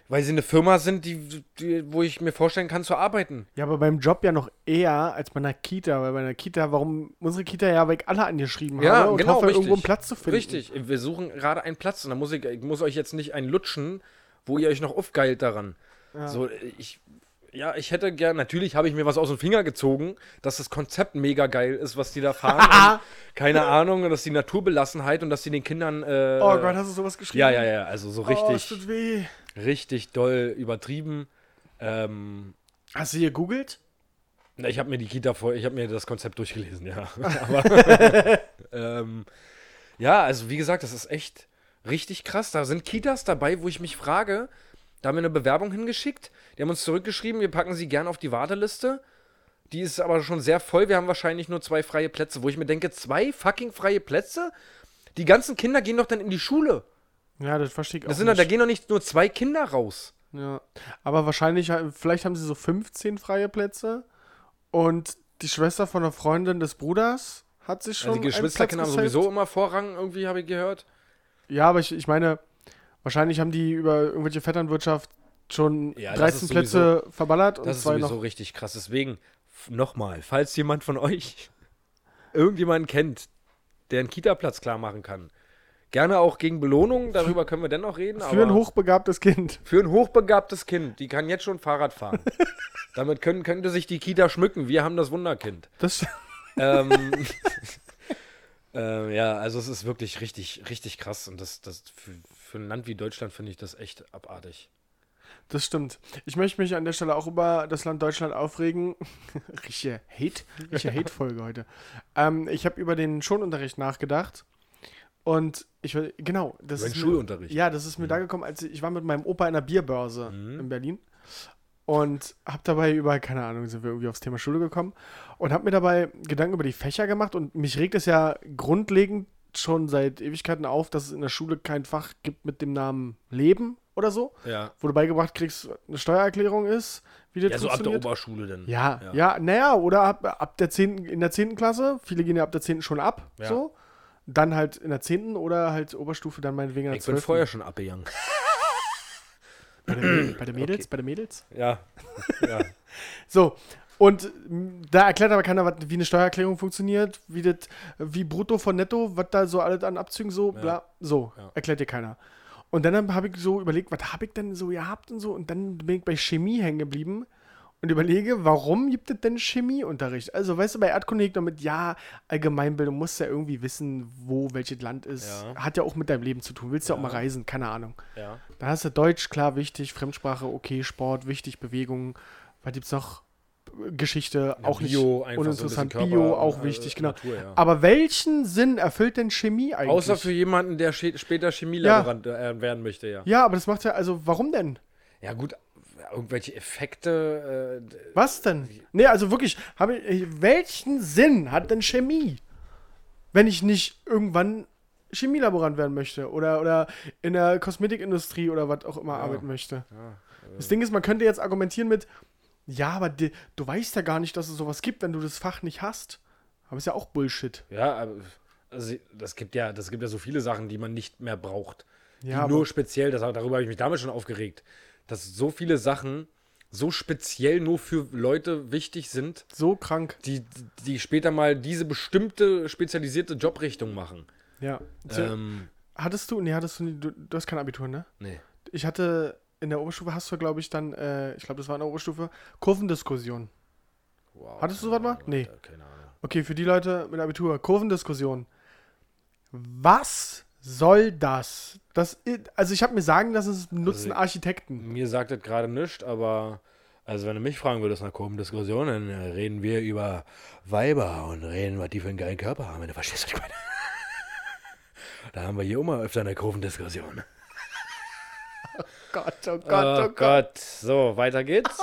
B: weil sie eine Firma sind, die, die, wo ich mir vorstellen kann zu arbeiten.
C: Ja, aber beim Job ja noch eher als bei einer Kita, weil bei einer Kita, warum unsere Kita ja weg alle angeschrieben habe und hoffe, irgendwo einen Platz zu finden.
B: genau, Richtig, wir suchen gerade einen Platz und da muss ich, ich muss euch jetzt nicht einen lutschen, wo ihr euch noch aufgeilt daran. So, ich, ja, ich hätte gern, natürlich habe ich mir was aus dem Finger gezogen, dass das Konzept mega geil ist, was die da fahren. und keine Ahnung, und dass die Naturbelassenheit und dass die den Kindern. Äh,
C: Oh Gott, hast du sowas geschrieben?
B: ja, ja, ja, also so
C: Oh, es
B: richtig,
C: tut weh.
B: richtig doll übertrieben. Ähm,
C: Hast du hier googelt?
B: Na, ich habe mir die Kita vor, ich habe mir das Konzept durchgelesen, ja. Aber, ähm, ja, also wie gesagt, das ist echt richtig krass. Da sind Kitas dabei, wo ich mich frage, da haben wir eine Bewerbung hingeschickt, die haben uns zurückgeschrieben, wir packen sie gern auf die Warteliste. Die ist aber schon sehr voll, wir haben wahrscheinlich nur zwei freie Plätze, wo ich mir denke, zwei fucking freie Plätze? Die ganzen Kinder gehen doch dann in die Schule.
C: Ja, das verstehe ich auch
B: Das sind doch-
C: nicht.
B: da gehen doch nicht nur zwei Kinder raus.
C: Ja. Aber wahrscheinlich, äh, vielleicht haben sie so 15 freie Plätze und die Schwester von der Freundin des Bruders hat sich schon.
B: Also die
C: einen
B: Geschwisterkinder haben
C: Platz
B: sowieso immer Vorrang, irgendwie habe ich gehört.
C: gesaved. Ja, aber ich, ich meine, wahrscheinlich haben die über irgendwelche Vetternwirtschaft schon
B: Ja, das
C: 13
B: ist
C: Plätze verballert und
B: Das ist
C: zwei
B: sowieso
C: noch.
B: richtig krass. Deswegen, f- nochmal, falls jemand von euch irgendjemanden kennt, der einen Kita-Platz klar machen kann, gerne auch gegen Belohnung, darüber können wir dann noch reden.
C: Für
B: aber
C: ein hochbegabtes Kind.
B: für ein hochbegabtes Kind, die kann jetzt schon Fahrrad fahren. Damit können, könnte sich die Kita schmücken. Wir haben das Wunderkind.
C: Das,
B: ähm, ähm, ja, also es ist wirklich richtig, richtig krass. Und das, das für, für ein Land wie Deutschland finde ich das echt abartig.
C: das stimmt. Ich möchte mich an der Stelle auch über das Land Deutschland aufregen. Richtige Hate, richtige Hate-Folge heute. Ähm, ich habe über den Schonunterricht nachgedacht. Und ich will, genau, das
B: Über den
C: ist mir-
B: Schulunterricht. Mhm.
C: Ja, das ist mir da gekommen, als ich, ich war mit meinem Opa in einer Bierbörse in Berlin und habe dabei über, keine Ahnung, sind wir irgendwie aufs Thema Schule gekommen und habe mir dabei Gedanken über die Fächer gemacht und mich regt es ja grundlegend schon seit Ewigkeiten auf, dass es in der Schule kein Fach gibt mit dem Namen Leben oder so,
B: Ja.
C: wo du beigebracht kriegst, was eine Steuererklärung ist, wie das
B: Ja, so ab der
C: funktioniert.
B: Oberschule dann.
C: Ja, ja, naja, oder ab, ab der 10., in der 10. Klasse, viele gehen ja ab der 10. schon ab,
B: Ja.
C: so. Dann halt in der 10. oder halt Oberstufe, dann meinetwegen in der
B: Ich bin
C: 12.
B: vorher schon abgegangen.
C: Bei den, bei den Mädels, bei den Mädels.
B: Ja. ja.
C: So. Und m, da erklärt aber keiner, wat- wie eine Steuererklärung funktioniert, wie das, wie brutto von netto, was da so alles an Abzügen so, bla, so,
B: Ja.
C: erklärt dir keiner. Und dann habe ich so überlegt, was habe ich denn so gehabt und so, und dann bin ich bei Chemie hängen geblieben und überlege, warum gibt es denn Chemieunterricht? Also, weißt du, bei Erdkunde hängt noch mit, ja, Allgemeinbildung, musst ja irgendwie wissen, wo welches Land ist.
B: Ja.
C: Hat ja auch mit deinem Leben zu tun, willst ja auch mal reisen, keine Ahnung.
B: Ja.
C: Da hast du Deutsch, klar, wichtig, Fremdsprache, okay, Sport, wichtig, Bewegung. Was gibt's noch? Geschichte,
B: Bio,
C: auch
B: einfach
C: nicht
B: so ein
C: uninteressant.
B: bisschen Körper,
C: Bio, auch
B: äh,
C: wichtig, genau.
B: Natur, ja.
C: Aber welchen Sinn erfüllt denn Chemie eigentlich?
B: Außer für jemanden, der schä- später Chemielaborant äh, werden möchte, ja.
C: ja, aber das macht ja, also warum denn?
B: Ja, gut, irgendwelche Effekte. Äh, d-
C: Was denn? Nee, also wirklich, hab ich, äh, welchen Sinn hat denn Chemie? Wenn ich nicht irgendwann Chemielaborant werden möchte oder, oder in der Kosmetikindustrie oder was auch immer arbeiten möchte. das Ding ist, man könnte jetzt argumentieren mit, ja, aber di- du weißt ja gar nicht, dass es sowas gibt, wenn du das Fach nicht hast. Aber ist ja auch Bullshit.
B: ja, aber, also, das gibt ja, das gibt ja so viele Sachen, die man nicht mehr braucht.
C: Ja,
B: die
C: aber-
B: nur speziell, das, darüber habe ich mich damals schon aufgeregt, dass so viele Sachen so speziell nur für Leute wichtig sind,
C: So krank.
B: die, die später mal diese bestimmte spezialisierte Jobrichtung machen.
C: Ja.
B: Ähm,
C: hattest du, nee, hattest du, nie- du, du hast kein Abitur, ne?
B: nee.
C: Ich hatte, in der Oberstufe hast du, glaube ich, dann, äh, ich glaube, das war in der Oberstufe, Kurvendiskussion.
B: Wow,
C: Hattest du
B: keine
C: sowas mal?
B: Ahnung,
C: Nee.
B: Alter, Keine Ahnung.
C: Okay, für die Leute mit Abitur, Kurvendiskussion. Was soll das? das i- also ich habe mir sagen lassen, es nutzen
B: Also-
C: Architekten.
B: Mir sagt das gerade nichts, aber also wenn du mich fragen würdest nach Kurvendiskussion, dann äh, reden wir über Weiber und reden, was die für einen geilen Körper haben. Wenn du verstehst, was ich meine. Da haben wir hier immer öfter eine Kurvendiskussion.
C: Gott, oh Gott,
B: oh Gott. So, weiter geht's.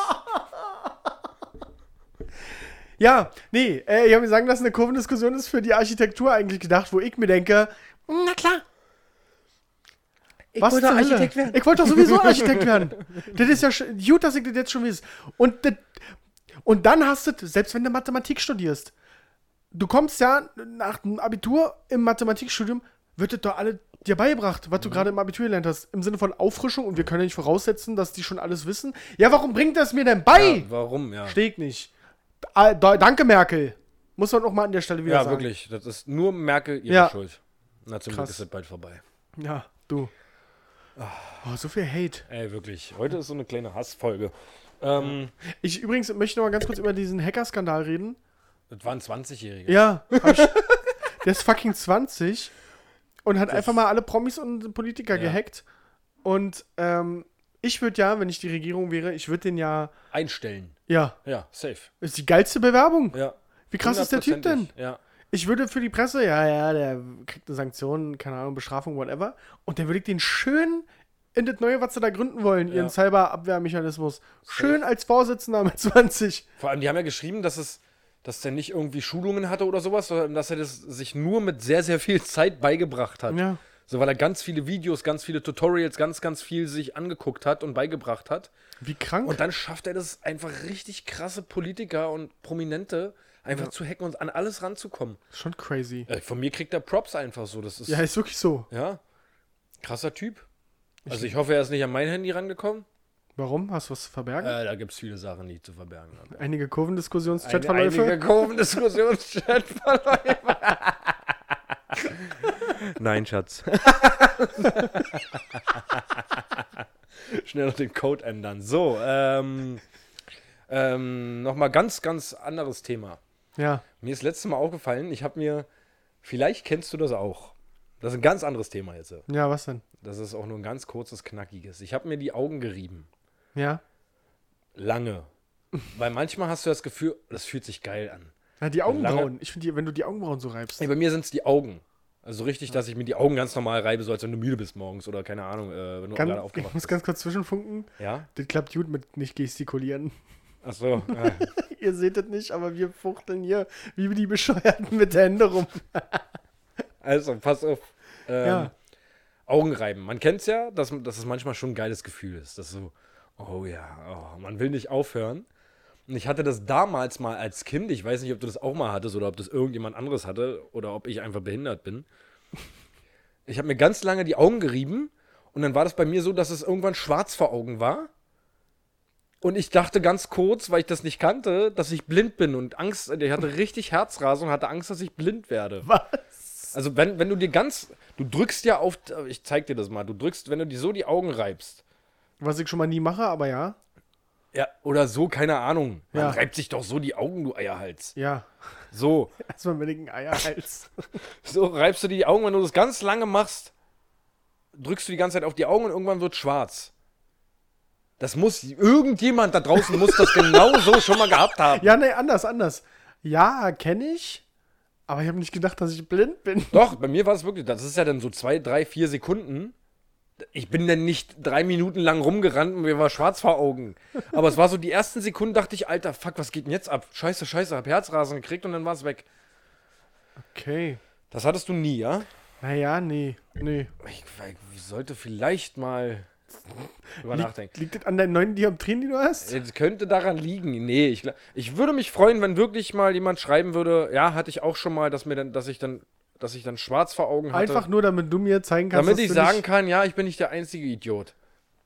C: Ja, nee, äh, ich habe mir sagen lassen, eine Kurvendiskussion ist für die Architektur eigentlich gedacht, wo ich mir denke, na klar. Ich
B: wollte Architekt werden.
C: Ich wollte doch sowieso Architekt werden. Das ist ja sch- gut, dass ich das jetzt schon weiß. Und, das, und dann hast du, selbst wenn du Mathematik studierst, du kommst ja nach dem Abitur im Mathematikstudium, wird das doch alle dir beigebracht, was du
B: Mhm.
C: gerade im Abitur gelernt hast. Im Sinne von Auffrischung und wir können ja nicht voraussetzen, dass die schon alles wissen. Ja, warum bringt das mir denn bei?
B: Ja, warum? Ja,
C: Verstehe ich nicht. Ah, da- danke, Merkel. Muss man auch mal an der Stelle wieder
B: ja
C: sagen.
B: wirklich. Das ist nur Merkel ihre
C: Ja.
B: Schuld. Na, zum
C: Krass.
B: Glück ist das bald vorbei.
C: Ja, du.
B: Ah.
C: Oh, so viel Hate.
B: Ey, wirklich. Heute ist so eine kleine Hassfolge. Ähm,
C: Ich übrigens möchte noch mal ganz kurz über diesen Hacker-Skandal reden.
B: das waren 20-Jährige.
C: Ja. hab Ich, der ist fucking 20 und hat einfach mal alle Promis und Politiker gehackt. Und ähm, Ich würde ja, wenn ich die Regierung wäre, ich würde den ja.
B: Einstellen.
C: Ja,
B: Ja, safe.
C: ist die geilste Bewerbung.
B: Ja.
C: Wie krass ist der Typ denn?
B: Hundertprozentig. Ja.
C: Ich würde für die Presse, ja, ja, der kriegt eine Sanktion, keine Ahnung, Bestrafung, whatever. Und dann würde ich den schön in das neue, was sie da gründen wollen, ihren
B: Ja.
C: Cyberabwehrmechanismus. Schön als Vorsitzender mit 20.
B: Vor allem, die haben ja geschrieben, dass es, dass der nicht irgendwie Schulungen hatte oder sowas, sondern dass er das sich nur mit sehr, sehr viel Zeit beigebracht hat.
C: Ja.
B: So, weil er ganz viele Videos, ganz viele Tutorials, ganz, ganz viel sich angeguckt hat und beigebracht hat.
C: Wie krank.
B: Und dann schafft er das einfach richtig krasse Politiker und Prominente einfach zu hacken und an alles ranzukommen.
C: Schon crazy.
B: Äh, von mir kriegt er Props einfach so. Das ist
C: Ja,
B: ja,
C: ist wirklich so.
B: krasser Typ. Also ich hoffe, er ist nicht an mein Handy rangekommen.
C: Warum? Hast du was zu verbergen?
B: Äh, da gibt es viele Sachen, die zu verbergen haben.
C: Einige Kurvendiskussions-Chatverläufe?
B: Äh. Einige kurven Diskussionschattverläufe. Nein, Schatz. Schnell noch den Code ändern. So, ähm, ähm, nochmal ganz, ganz anderes Thema.
C: Ja.
B: Mir ist letztes Mal aufgefallen, ich habe mir, vielleicht kennst du das auch. Das ist ein ganz anderes Thema jetzt.
C: Ja, was denn?
B: Das ist auch nur ein ganz kurzes, knackiges. Ich habe mir die Augen gerieben.
C: Ja.
B: Lange. Weil manchmal hast du das Gefühl, das fühlt sich geil an.
C: Na, die Augenbrauen. Ich finde, die- wenn du die Augenbrauen so reibst.
B: Nee, bei mir sind es die Augen. Also richtig, dass ich mir die Augen ganz normal reibe, so als wenn du müde bist morgens oder keine Ahnung, äh, wenn du gerade
C: Ganz, ich
B: aufgewacht
C: muss
B: bist.
C: ganz kurz zwischenfunken.
B: Ja?
C: Das klappt gut mit nicht gestikulieren.
B: Achso.
C: Ihr seht das nicht, aber wir fuchteln hier wie die Bescheuerten mit der Hände rum.
B: also, pass auf. Ähm,
C: Ja.
B: Augen reiben. Man kennt es ja, dass, dass es manchmal schon ein geiles Gefühl ist. Das so, oh ja, oh, man will nicht aufhören. Und ich hatte das damals mal als Kind, ich weiß nicht, ob du das auch mal hattest oder ob das irgendjemand anderes hatte oder ob ich einfach behindert bin. Ich habe mir ganz lange die Augen gerieben und dann war das bei mir so, dass es irgendwann schwarz vor Augen war. Und ich dachte ganz kurz, weil ich das nicht kannte, dass ich blind bin und Angst, ich hatte richtig Herzrasen und hatte Angst, dass ich blind werde.
C: Was?
B: Also wenn, wenn du dir ganz, du drückst ja auf, ich zeig dir das mal, du drückst, wenn du dir so die Augen reibst,
C: Was ich schon mal nie mache, aber ja.
B: ja, oder so, keine Ahnung, man
C: Ja.
B: reibt sich doch so die Augen, du Eierhals.
C: Ja.
B: So,
C: Erstmal mit den Eierhals.
B: so reibst du dir die Augen, wenn du das ganz lange machst, drückst du die ganze Zeit auf die Augen und irgendwann wird schwarz. Das muss, irgendjemand da draußen muss das genau so schon mal gehabt haben.
C: ja, nee, anders, anders. Ja, kenne ich, aber ich habe nicht gedacht, dass ich blind bin.
B: Doch, bei mir war es wirklich, das ist ja dann so zwei, drei, vier Sekunden. Ich bin dann nicht drei Minuten lang rumgerannt und mir war schwarz vor Augen. Aber es war so die ersten Sekunden, dachte ich, Alter, fuck, was geht denn jetzt ab? Scheiße, scheiße, hab Herzrasen gekriegt und dann war es weg.
C: Okay.
B: Das hattest du nie, ja?
C: Naja, nee, nee.
B: Ich, ich sollte vielleicht mal drüber nachdenken.
C: Liegt das an deinen neuen Dioptrien, die du hast?
B: Es könnte daran liegen. Nee, ich, gla- ich würde mich freuen, wenn wirklich mal jemand schreiben würde, ja, hatte ich auch schon mal, dass mir dann, dass ich dann, dass ich dann schwarz vor Augen hatte.
C: Einfach nur, damit du mir zeigen kannst,
B: damit
C: dass
B: ich
C: du
B: sagen
C: nicht-
B: kann, ja, ich bin nicht der einzige Idiot.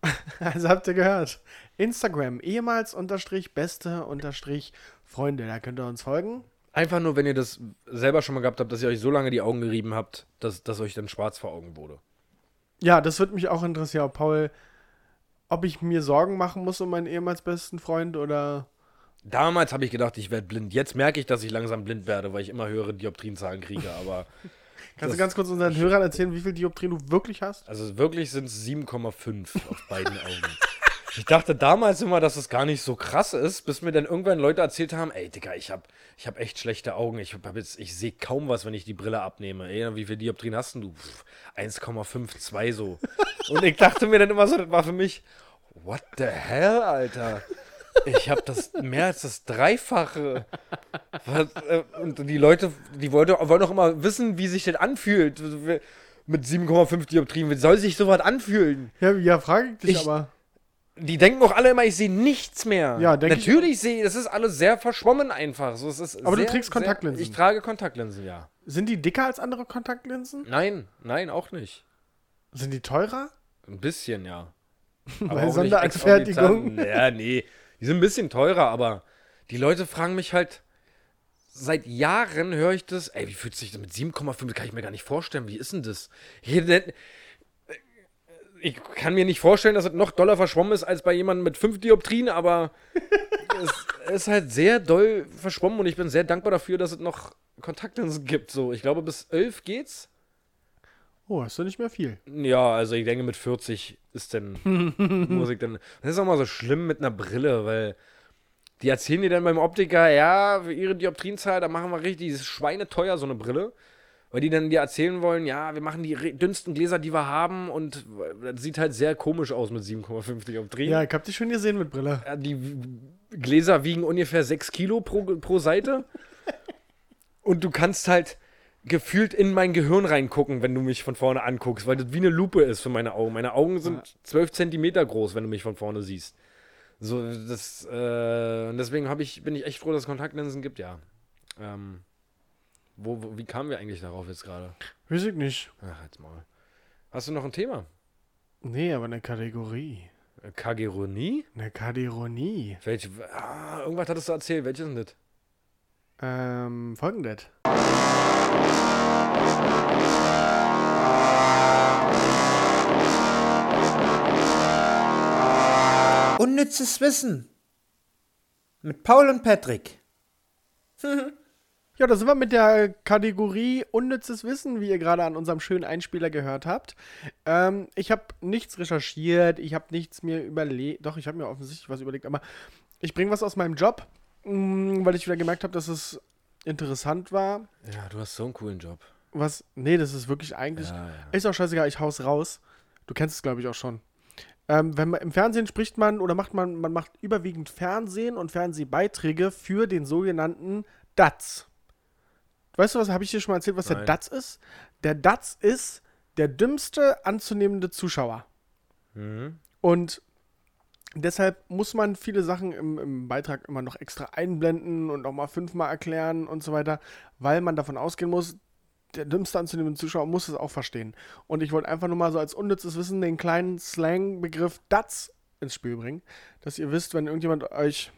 C: Also habt ihr gehört. Instagram, ehemals unterstrich beste unterstrich Freunde. Da könnt ihr uns folgen.
B: Einfach nur, wenn ihr das selber schon mal gehabt habt, dass ihr euch so lange die Augen gerieben habt, dass, dass euch dann schwarz vor Augen wurde.
C: Ja, das würde mich auch interessieren, ob Paul, ob ich mir Sorgen machen muss um meinen ehemals besten Freund oder.
B: Damals habe ich gedacht, ich werde blind. Jetzt merke ich, dass ich langsam blind werde, weil ich immer höhere Dioptrienzahlen kriege. Aber Das-
C: Kannst du ganz kurz unseren Hörern erzählen, wie viel Dioptrien du wirklich hast?
B: also wirklich sind es 7,5 auf beiden Augen. Ich dachte damals immer, dass es gar nicht so krass ist, bis mir dann irgendwann Leute erzählt haben, ey Digga, ich habe ich hab echt schlechte Augen. Ich, hab jetzt- ich sehe kaum was, wenn ich die Brille abnehme. Ey, wie viel Dioptrien hast denn du? Pff, 1,52 so. Und ich dachte mir dann immer so, das war für mich, what the hell, Alter? Ich habe das mehr als das Dreifache. Was, äh, und die Leute, die wollte, wollen doch immer wissen, wie sich das anfühlt. Mit 7,5 Dioptrien, wie soll sich sowas anfühlen?
C: Ja, ja frage ich dich
B: Ich-
C: aber.
B: Die denken auch alle immer, ich sehe nichts mehr.
C: Ja, denk ich-
B: Natürlich sehe ich, das ist alles sehr verschwommen einfach. So, es ist
C: Aber du
B: sehr,
C: trägst Kontaktlinsen.
B: Sehr, ich trage Kontaktlinsen, ja.
C: Sind die dicker als andere Kontaktlinsen?
B: Nein, nein, auch nicht.
C: Sind die teurer?
B: Ein bisschen, ja.
C: Bei
B: auch nicht
C: Sonderanfertigung.
B: exorbitant. Ja, nee. Die sind ein bisschen teurer, aber die Leute fragen mich halt, seit Jahren höre ich das, ey, wie fühlt sich das mit 7,5, kann ich mir gar nicht vorstellen, wie ist denn das? Hier, denn- Ich kann mir nicht vorstellen, dass es noch doller verschwommen ist als bei jemandem mit 5 Dioptrien, aber es ist halt sehr doll verschwommen und ich bin sehr dankbar dafür, dass es noch Kontaktlinsen gibt. So, ich glaube, bis 11 geht's.
C: Oh, hast du nicht mehr viel.
B: Ja, also ich denke, mit 40 ist dann Musik dann. Das ist auch mal so schlimm mit einer Brille, weil die erzählen dir dann beim Optiker, ja, für ihre Dioptrienzahl, da machen wir richtig, das ist schweineteuer, so eine Brille. Weil die dann dir erzählen wollen, ja, wir machen die re- dünnsten Gläser, die wir haben und das sieht halt sehr komisch aus mit 7,5 Dioptrien.
C: Ja, ich hab dich schon gesehen mit Brille.
B: Ja, die w- Gläser wiegen ungefähr 6 Kilo pro, pro Seite. Und du kannst halt gefühlt in mein Gehirn reingucken, wenn du mich von vorne anguckst, weil das wie eine Lupe ist für meine Augen. Meine Augen sind
C: Ja.
B: 12 Zentimeter groß, wenn du mich von vorne siehst. So, das, äh, und deswegen hab ich, bin ich echt froh, dass es Kontaktlinsen gibt, ja. Ähm, wo, wo, wie kamen wir eigentlich darauf jetzt gerade?
C: Weiß ich nicht.
B: Ach, jetzt mal. Hast du noch ein Thema?
C: Nee, aber eine Kategorie.
B: Äh, Kageronie?
C: Eine Kategorie.
B: Welche, ah, irgendwas hattest du erzählt. Welches denn das?
C: Ähm, folgendes.
D: Unnützes Wissen. Mit Paul und Patrick.
C: Ja, da sind wir mit der Kategorie unnützes Wissen, wie ihr gerade an unserem schönen Einspieler gehört habt. Ähm, ich habe nichts recherchiert, ich habe nichts mir überlegt. Doch, ich habe mir offensichtlich was überlegt, aber ich bringe was aus meinem Job, mh, weil ich wieder gemerkt habe, dass es interessant war.
B: Ja, du hast so einen coolen Job.
C: Was? Nee, das ist wirklich eigentlich.
B: Ja, ja.
C: Ist auch scheißegal, ich hau's raus. Du kennst es, glaube ich, auch schon. Ähm, wenn man, Im Fernsehen spricht man oder macht man, man macht überwiegend Fernsehen und Fernsehbeiträge für den sogenannten DATS. Weißt du was, habe ich dir schon mal erzählt, was der
B: Nein.
C: DATS ist? Der DATS ist der dümmste anzunehmende Zuschauer. Und deshalb muss man viele Sachen im, im Beitrag immer noch extra einblenden und auch mal fünfmal erklären und so weiter, weil man davon ausgehen muss, der dümmste anzunehmende Zuschauer muss es auch verstehen. Und ich wollte einfach nur mal so als unnützes Wissen den kleinen Slang-Begriff DATS ins Spiel bringen, dass ihr wisst, wenn irgendjemand euch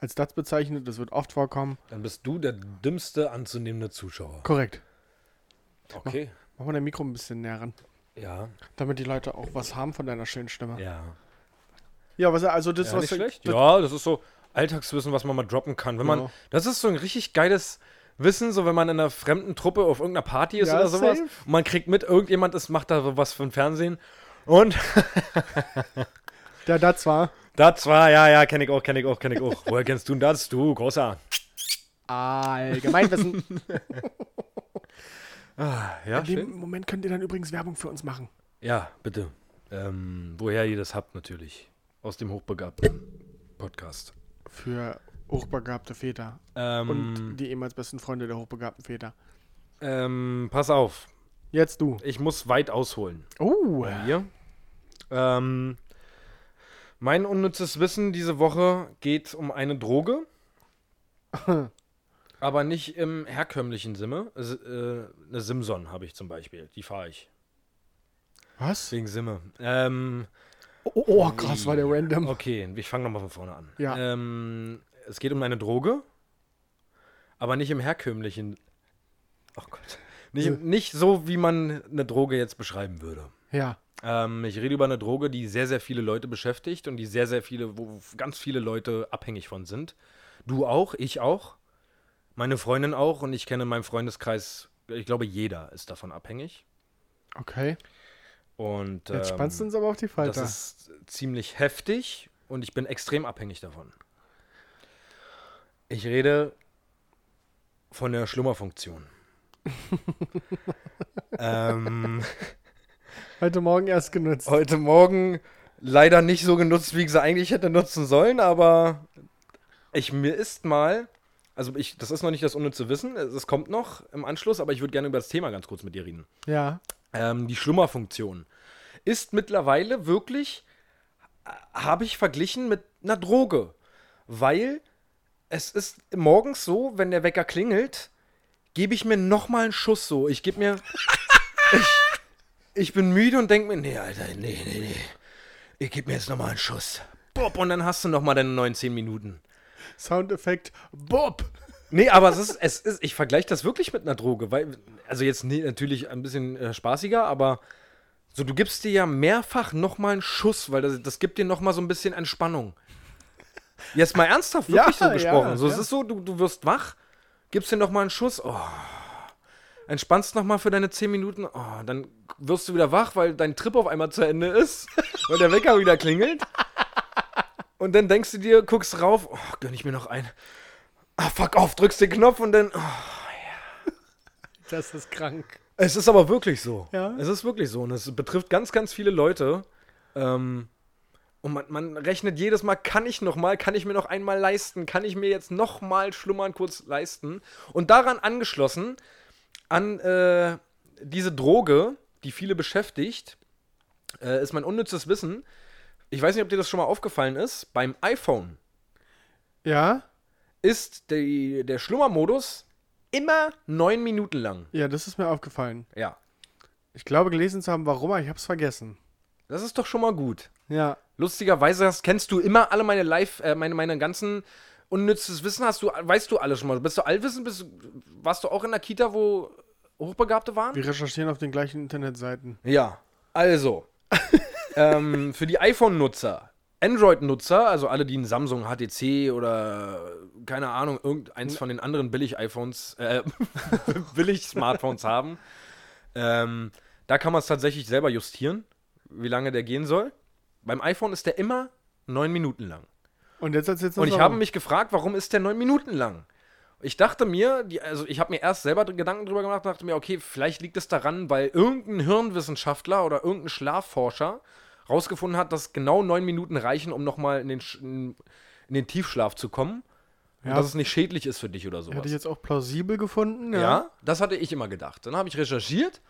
C: als DATS bezeichnet, das wird oft vorkommen.
B: Dann bist du der dümmste anzunehmende Zuschauer.
C: Korrekt.
B: Okay.
C: Mach mal dein Mikro ein bisschen näher ran,
B: Ja.
C: damit die Leute auch was haben von deiner schönen Stimme.
B: Ja.
C: Ja, was, also das,
B: ja
C: was
B: nicht
C: ich-
B: schlecht.
C: Das,
B: Ja, das ist so Alltagswissen, was man mal droppen kann. Wenn man,
C: Ja.
B: das ist so ein richtig geiles Wissen, so wenn man in einer fremden Truppe auf irgendeiner Party ist
C: Ja,
B: oder sowas
C: safe.
B: und man kriegt mit, irgendjemand ist, macht da was für ein Fernsehen. Und
C: Der DATS war.
B: das war, ja, ja, kenn ich auch, kenn ich auch, kenn ich auch. Woher kennst du denn das? Du, großer.
C: Allgemeinwissen.
B: Ja,
C: In dem Moment könnt ihr dann übrigens Werbung für uns machen.
B: Ja, bitte. Ähm, woher ihr das habt, natürlich. Aus dem Hochbegabten Podcast.
C: Für hochbegabte Väter
B: Ähm,
C: und die ehemals besten Freunde der hochbegabten Väter.
B: Ähm, pass auf,
C: Jetzt du.
B: ich muss weit ausholen.
C: Oh,
B: Hier. Ähm, mein unnützes Wissen diese Woche geht um eine Droge. aber nicht im herkömmlichen Sinne. Es, äh, eine Simson habe ich zum Beispiel. Die fahre ich.
C: was?
B: Wegen Simme. Ähm,
C: Oh, oh, oh, krass, war der random.
B: Okay, ich fange nochmal von vorne an.
C: Ja.
B: Ähm, es geht um eine Droge, aber nicht im herkömmlichen. Oh Gott. Nicht, im- nicht so, wie man eine Droge jetzt beschreiben würde.
C: Ja.
B: Ähm, ich rede über eine Droge, die sehr, sehr viele Leute beschäftigt und die sehr, sehr viele, wo ganz viele Leute abhängig von sind. Du auch, ich auch, meine Freundin auch und ich kenne in meinem Freundeskreis, ich glaube, jeder ist davon abhängig.
C: Okay.
B: Und,
C: Jetzt
B: ähm,
C: spannst du uns aber auf die Falter.
B: das ist ziemlich heftig und ich bin extrem abhängig davon. Ich rede von der Schlummerfunktion. ähm,
C: Heute Morgen erst genutzt.
B: heute Morgen leider nicht so genutzt, wie ich sie eigentlich hätte nutzen sollen, aber ich mir ist mal, also ich, das ist noch nicht das unnütze Wissen, es es kommt noch im Anschluss, aber ich würde gerne über das Thema ganz kurz mit dir reden.
C: Ja.
B: Ähm, die Schlummerfunktion ist mittlerweile wirklich, äh, habe ich verglichen mit einer Droge. Weil es ist morgens so, wenn der Wecker klingelt, gebe ich mir nochmal einen Schuss so. Ich gebe mir. ich, ich bin müde und denke mir, nee, Alter, nee, nee, nee. Ich gebe mir jetzt nochmal einen Schuss. Bob, und dann hast du nochmal deine 19 Minuten.
C: Soundeffekt. Bob.
B: Nee, aber es ist, es ist, ich vergleiche das wirklich mit einer Droge, weil, also jetzt nee, natürlich ein bisschen äh, spaßiger, aber so, du gibst dir ja mehrfach nochmal einen Schuss, weil das, das gibt dir nochmal so ein bisschen Entspannung. Jetzt mal ernsthaft, wirklich
C: Ja,
B: so gesprochen.
C: ja,
B: so, es
C: ja.
B: ist so, du, du wirst wach, gibst dir nochmal einen Schuss, oh, entspannst nochmal für deine 10 Minuten, oh, dann wirst du wieder wach, weil dein Trip auf einmal zu Ende ist, weil der Wecker wieder klingelt. Und dann denkst du dir, guckst rauf, oh, gönn ich mir noch ein. Ah, fuck off, drückst den Knopf und dann. Oh.
C: Das ist krank.
B: Es ist aber wirklich so.
C: Ja.
B: Es ist wirklich so. Und es betrifft ganz, ganz viele Leute. Ähm, und man, man rechnet jedes Mal, kann ich noch mal, kann ich mir noch einmal leisten, kann ich mir jetzt noch mal schlummern kurz leisten. Und daran angeschlossen, an äh, diese Droge, die viele beschäftigt, äh, ist mein unnützes Wissen. Ich weiß nicht, ob dir das schon mal aufgefallen ist. Beim iPhone
C: Ja?
B: ist die, der Schlummermodus immer neun Minuten lang.
C: Ja, das ist mir aufgefallen.
B: Ja.
C: Ich glaube, gelesen zu haben, warum, aber ich hab's vergessen.
B: Das ist doch schon mal gut.
C: Ja.
B: Lustigerweise hast, kennst du immer alle meine Live, äh, meine, meine ganzen unnützes Wissen hast du, weißt du alles schon mal. Bist du allwissend? Bist, du- warst du auch in der Kita, wo Hochbegabte waren?
C: Wir recherchieren auf den gleichen Internetseiten.
B: Ja, also. ähm, für die iPhone-Nutzer, Android-Nutzer, also alle, die ein Samsung, HTC oder keine Ahnung, irgendeins von den anderen Billig-iPhones, äh, Billig-Smartphones haben, ähm, da kann man es tatsächlich selber justieren, wie lange der gehen soll. Beim iPhone ist der immer neun Minuten lang.
C: Und jetzt erzählst du
B: Und
C: uns
B: ich
C: warum.
B: habe mich gefragt, warum ist der neun Minuten lang? Ich dachte mir, die, also ich habe mir erst selber dr- Gedanken drüber gemacht, dachte mir, okay, vielleicht liegt es daran, weil irgendein Hirnwissenschaftler oder irgendein Schlafforscher rausgefunden hat, dass genau neun Minuten reichen, um nochmal in den, Sch- in in den Tiefschlaf zu kommen.
C: Ja.
B: Und dass es nicht schädlich ist für dich oder sowas.
C: Hätte ich jetzt auch plausibel gefunden.
B: Ja.
C: Ja.
B: das hatte ich immer gedacht. Dann habe ich recherchiert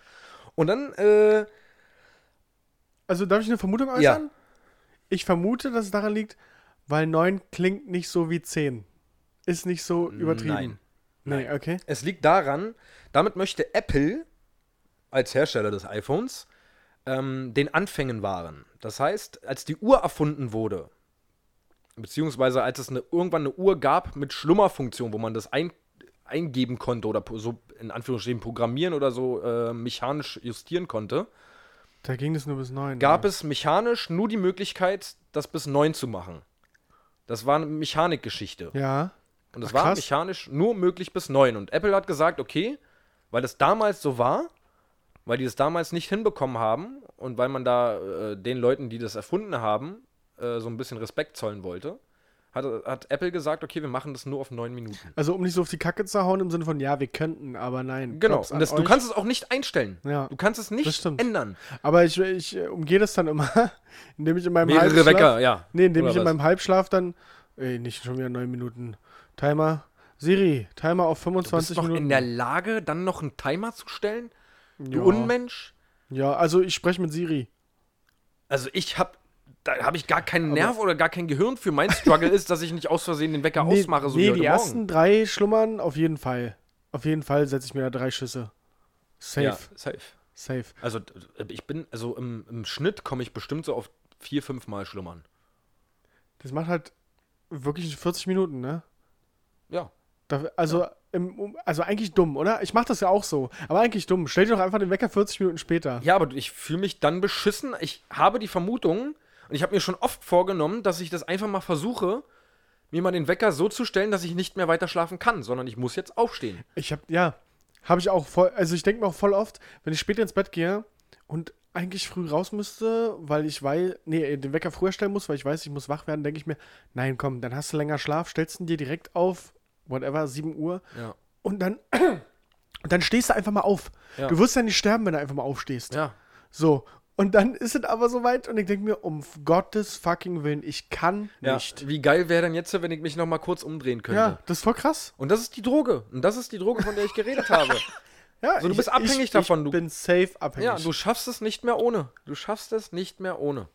B: und dann, äh,
C: Also darf ich eine Vermutung
B: Ja.
C: äußern? Ich vermute, dass es daran liegt, weil 9 klingt nicht so wie 10. Ist nicht so übertrieben.
B: Nein.
C: Nee, okay.
B: Es liegt daran, damit möchte Apple als Hersteller des iPhones ähm, den Anfängen wahren. Das heißt, als die Uhr erfunden wurde, beziehungsweise als es eine, irgendwann eine Uhr gab mit Schlummerfunktion, wo man das ein, eingeben konnte oder po- so in Anführungsstrichen programmieren oder so äh, mechanisch justieren konnte,
C: Da ging es nur bis 9.
B: gab es mechanisch nur die Möglichkeit, das bis 9 zu machen. Das war eine Mechanikgeschichte.
C: Ja.
B: Und es
C: Ach,
B: war
C: krass.
B: mechanisch nur möglich bis 9. Und Apple hat gesagt, okay, weil das damals so war, weil die das damals nicht hinbekommen haben und weil man da äh, den Leuten, die das erfunden haben, äh, so ein bisschen Respekt zollen wollte, hat, hat Apple gesagt, okay, wir machen das nur auf 9 Minuten.
C: Also um nicht so auf die Kacke zu hauen im Sinne von, ja, wir könnten, aber nein.
B: Genau.
C: Props an
B: Und das, du
C: euch.
B: kannst es auch nicht einstellen.
C: Ja.
B: Du kannst es
C: Das
B: nicht
C: stimmt.
B: ändern.
C: Aber ich, ich äh, umgehe das dann immer, indem ich in meinem
B: Mehrere
C: Halbschlaf...
B: Wecker, ja.
C: Nee, indem
B: Oder
C: ich in
B: was?
C: meinem Halbschlaf dann... Ey, nicht schon wieder 9 Minuten. Timer. Siri, Timer auf
B: Du bist
C: 25
B: doch
C: Minuten.
B: in der Lage, dann noch einen Timer zu stellen? Du
C: Ja.
B: Unmensch?
C: ja, also ich spreche mit Siri.
B: Also ich habe da habe ich gar keinen Nerv oder gar kein Gehirn für. Mein Struggle ist, dass ich nicht aus Versehen den Wecker ausmache, so wie
C: nee, die
B: heute
C: ersten
B: Morgen.
C: drei schlummern auf jeden Fall. Auf jeden Fall setze ich mir da drei Schüsse. Safe,
B: Ja, safe.
C: safe.
B: Also äh, ich bin, also im, im Schnitt komme ich bestimmt so auf vier, fünf Mal schlummern.
C: Das macht halt wirklich 40 Minuten, ne?
B: Ja.
C: Da, also, im, um- also eigentlich dumm, oder? Ich mache das ja auch so. Aber eigentlich dumm. Stell dir doch einfach den Wecker 40 Minuten später.
B: Ja, aber ich fühle mich dann beschissen. Ich habe die Vermutung, und ich habe mir schon oft vorgenommen, dass ich das einfach mal versuche, mir mal den Wecker so zu stellen, dass ich nicht mehr weiter schlafen kann, sondern ich muss jetzt aufstehen.
C: Ich hab, ja, habe ich auch voll, also ich denke mir auch voll oft, wenn ich später ins Bett gehe und eigentlich früh raus müsste, weil ich weiß, nee, den Wecker früher stellen muss, weil ich weiß, ich muss wach werden, denke ich mir, nein, komm, dann hast du länger Schlaf, stellst ihn dir direkt auf, whatever, 7 Uhr
B: Ja.
C: und dann, und dann stehst du einfach mal auf.
B: Ja.
C: Du wirst ja nicht sterben, wenn du einfach mal aufstehst.
B: Ja.
C: So. Und dann ist es aber soweit und ich denke mir, um Gottes fucking Willen, ich kann
B: ja.
C: nicht.
B: Wie geil wäre denn jetzt, wenn ich mich noch mal kurz umdrehen könnte?
C: Ja, das ist voll krass.
B: Und das ist die Droge. Und das ist die Droge, von der ich geredet habe. So,
C: Ja,
B: Also du bist abhängig davon,
C: Ich
B: du-
C: bin safe abhängig.
B: Ja, du schaffst es nicht mehr ohne. Du schaffst es nicht mehr ohne.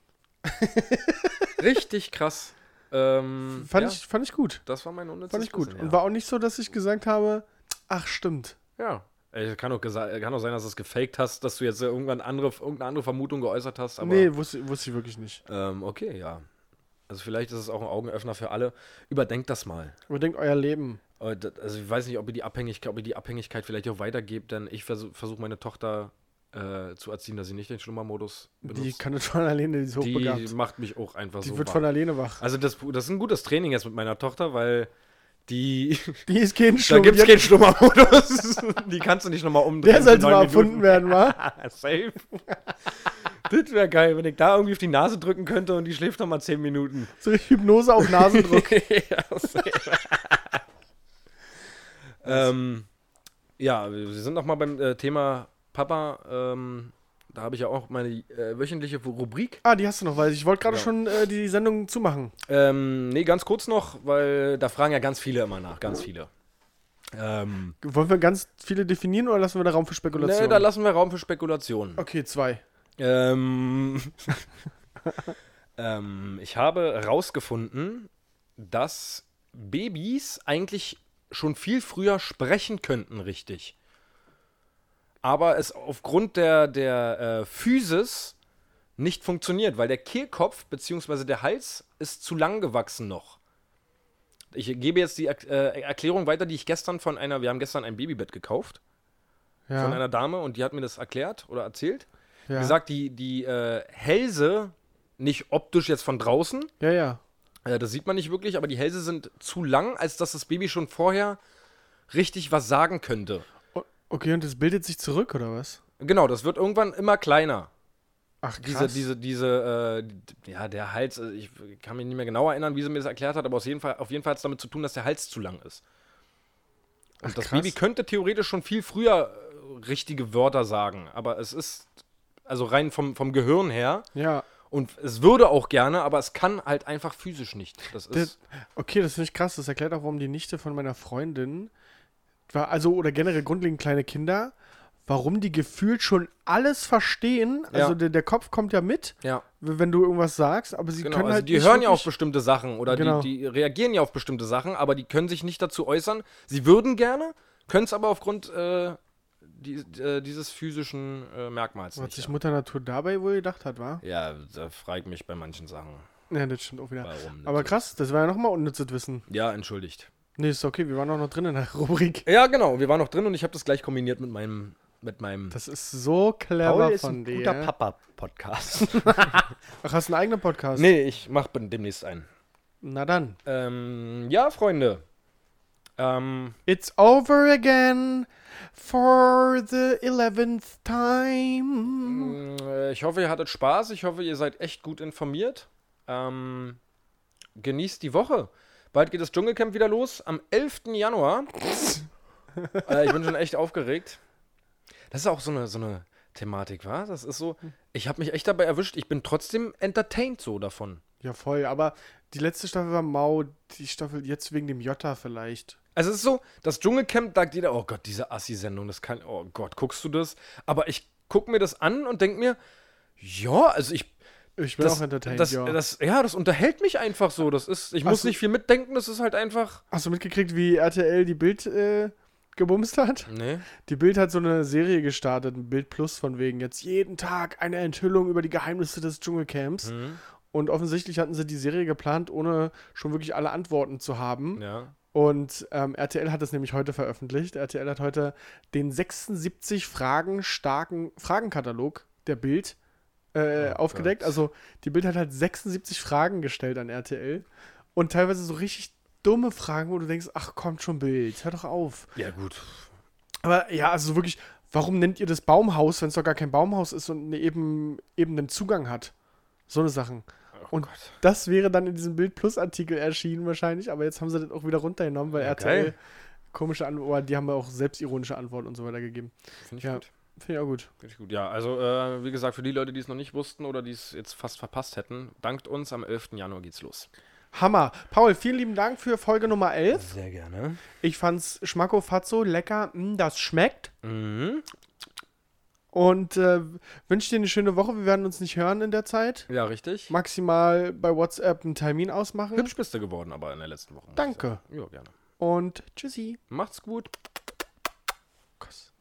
B: Richtig krass. Ähm,
C: Fand,
B: ja,
C: ich, fand ich gut.
B: das war mein unnützes
C: Fand ich gut.
B: Wissen,
C: Und
B: ja.
C: war auch nicht so, dass ich gesagt habe, ach stimmt.
B: ja. Ey, kann, auch gesa- äh, kann auch sein, dass du es gefaked hast, dass du jetzt irgendwann andere, irgendeine andere Vermutung geäußert hast. Aber,
C: nee, wusste, wusste ich wirklich nicht.
B: Ähm, okay, ja. Also vielleicht ist es auch ein Augenöffner für alle. Überdenkt das mal.
C: Überdenkt euer Leben.
B: Äh, d- Also ich weiß nicht, ob ihr die Abhängigkeit, ob ihr die Abhängigkeit vielleicht auch weitergebt, denn ich versuche versuch meine Tochter äh, zu erziehen, dass sie nicht den Schlummermodus
C: Die
B: benutzt.
C: kann das von alleine, die ist
B: Die,
C: hochbegabt. Die,
B: macht mich auch einfach so
C: wird
B: wach.
C: von alleine wach.
B: Also das, das ist ein gutes Training jetzt mit meiner Tochter, weil Die,
C: Die ist kein
B: da
C: Schlumpf.
B: gibt's
C: Die hat-
B: keinen Schlummermodus. Die kannst du nicht nochmal umdrehen.
C: Der sollte
B: für neun
C: mal
B: Minuten. Ah,
C: erfunden werden, wa?
B: Safe. das wäre geil, wenn ich da irgendwie auf die Nase drücken könnte und die schläft nochmal 10 Minuten.
C: So richtig Hypnose auf Nasendruck.
B: ja, safe. ähm, ja, wir sind nochmal beim äh, Thema Papa. Ähm, da habe ich ja auch meine äh, wöchentliche Rubrik.
C: ah, die hast du noch, weil ich wollte gerade
B: Ja.
C: schon äh, die Sendung zumachen.
B: Ähm, nee, ganz kurz noch, weil da fragen ja ganz viele immer nach, ganz viele. Ähm,
C: Wollen wir ganz viele definieren oder lassen wir da Raum für Spekulation?
B: nee, da lassen wir Raum für Spekulationen.
C: okay, zwei.
B: Ähm, ähm, ich habe herausgefunden, dass Babys eigentlich schon viel früher sprechen könnten, richtig. Aber es aufgrund der, der äh, Physis nicht funktioniert, weil der Kehlkopf bzw. der Hals ist zu lang gewachsen noch. Ich gebe jetzt die Erk- äh, Erklärung weiter, die ich gestern von einer, wir haben gestern ein Babybett gekauft, von
C: Ja.
B: einer Dame und die hat mir das erklärt oder erzählt
C: Ja.
B: gesagt, die, die äh, Hälse, nicht optisch jetzt von draußen,
C: ja, ja.
B: äh, das sieht man nicht wirklich, aber die Hälse sind zu lang, als dass das Baby schon vorher richtig was sagen könnte.
C: O- Okay, und das bildet sich zurück, oder was?
B: Genau, das wird irgendwann immer kleiner.
C: Ach,
B: Diese, diese, diese, äh, d- ja, der Hals, äh, ich kann mich nicht mehr genau erinnern, wie sie mir das erklärt hat, aber auf jeden Fall, auf jeden Fall hat es damit zu tun, dass der Hals zu lang ist. Und das
C: krass.
B: Baby könnte theoretisch schon viel früher äh, richtige Wörter sagen, aber es ist, also rein vom, vom Gehirn her,
C: Ja.
B: Und es würde auch gerne, aber es kann halt einfach physisch nicht. Das
C: Das,
B: ist.
C: okay, das finde ich krass. Das erklärt auch, warum die Nichte von meiner Freundin war, also oder generell grundlegend kleine Kinder, warum die gefühlt schon alles verstehen. Also
B: Ja.
C: der, der Kopf kommt ja mit,
B: ja,
C: w- wenn du irgendwas sagst, aber sie
B: genau.
C: können
B: Also
C: halt
B: die
C: nicht
B: hören ja auf
C: wirklich-
B: bestimmte Sachen oder
C: Genau.
B: die, die reagieren ja auf bestimmte Sachen, aber die können sich nicht dazu äußern. Sie würden gerne, können es aber aufgrund äh, die, äh, dieses physischen äh, Merkmals
C: Was
B: nicht.
C: sich Mutter Natur dabei wohl gedacht hat, war?
B: Ja, da frage ich mich bei manchen Sachen.
C: Ja, das stimmt auch wieder.
B: Warum das
C: aber
B: so
C: krass, das war ja nochmal unnützes Wissen.
B: Ja, entschuldigt.
C: Nee, ist okay, wir waren auch noch drin in der Rubrik.
B: Ja, genau. Wir waren noch drin und ich habe das gleich kombiniert mit meinem. Mit meinem
C: Das ist so clever von dir.
B: Papa-Podcast.
C: Ach, hast du einen eigenen Podcast?
B: nee, ich mache demnächst einen.
C: Na dann.
B: Ähm, ja, Freunde. Ähm,
C: It's over again for the 11th time.
B: Äh, Ich hoffe, ihr hattet Spaß. Ich hoffe, ihr seid echt gut informiert. Ähm, genießt die Woche. Bald geht das Dschungelcamp wieder los. Am 11. Januar. äh, ich bin schon echt aufgeregt. Das ist auch so eine, so eine Thematik, wa? Das ist so. Ich habe mich echt dabei erwischt. Ich bin trotzdem entertained so davon.
C: Ja, voll, aber die letzte Staffel war mau, die Staffel jetzt wegen dem Jota vielleicht.
B: Also es ist so, das Dschungelcamp sagt jeder, oh Gott, diese Assi-Sendung, das kann, oh Gott, guckst du das? Aber ich gucke mir das an und denke mir, ja, also ich
C: Ich bin auch entertained,
B: das,
C: ja.
B: Das, ja, das unterhält mich einfach so. Das ist, ich muss
C: Hast du-
B: nicht viel mitdenken, das ist halt einfach.
C: Hast du mitgekriegt, wie RTL die Bild äh, gebumst hat?
B: Nee.
C: Die Bild hat so eine Serie gestartet, ein Bild Plus von wegen jetzt jeden Tag eine Enthüllung über die Geheimnisse des Dschungelcamps. Und offensichtlich hatten sie die Serie geplant, ohne schon wirklich alle Antworten zu haben.
B: Ja.
C: Und ähm, RTL hat es nämlich heute veröffentlicht. RTL hat heute den 76 Fragen starken Fragenkatalog der Bild äh, aufgedeckt. Also die Bild hat halt 76 Fragen gestellt an RTL und teilweise so richtig dumme Fragen, wo du denkst, ach kommt schon Bild, hör doch auf.
B: Ja, gut.
C: Aber ja, also wirklich, warum nennt ihr das Baumhaus, wenn es doch gar kein Baumhaus ist und ne- eben, eben einen Zugang hat? So eine Sachen.
B: Oh
C: und das wäre dann in diesem Bild Plus Artikel erschienen wahrscheinlich, aber jetzt haben sie das auch wieder runtergenommen, weil RTL
B: geil.
C: komische Antworten, die haben ja auch selbstironische Antworten und so weiter gegeben.
B: Finde ich
C: ja,
B: gut.
C: Finde ich auch gut.
B: Finde ich gut. Ja, also, äh, wie gesagt, für die Leute, die es noch nicht wussten oder die es jetzt fast verpasst hätten, dankt uns. Am 11. Januar geht's los.
C: Hammer. Paul, vielen lieben Dank für Folge Nummer 11.
B: Sehr gerne.
C: Ich fand's schmacko fatzo, lecker, mm, das schmeckt.
B: Mhm.
C: Und äh, wünsche dir eine schöne Woche. Wir werden uns nicht hören in der Zeit.
B: Ja, richtig.
C: Maximal bei WhatsApp einen Termin ausmachen.
B: Hübsch bist du geworden, aber in der letzten Woche. muss ich
C: Danke.
B: sagen. Ja, gerne.
C: Und tschüssi.
B: Macht's gut.
C: Kuss.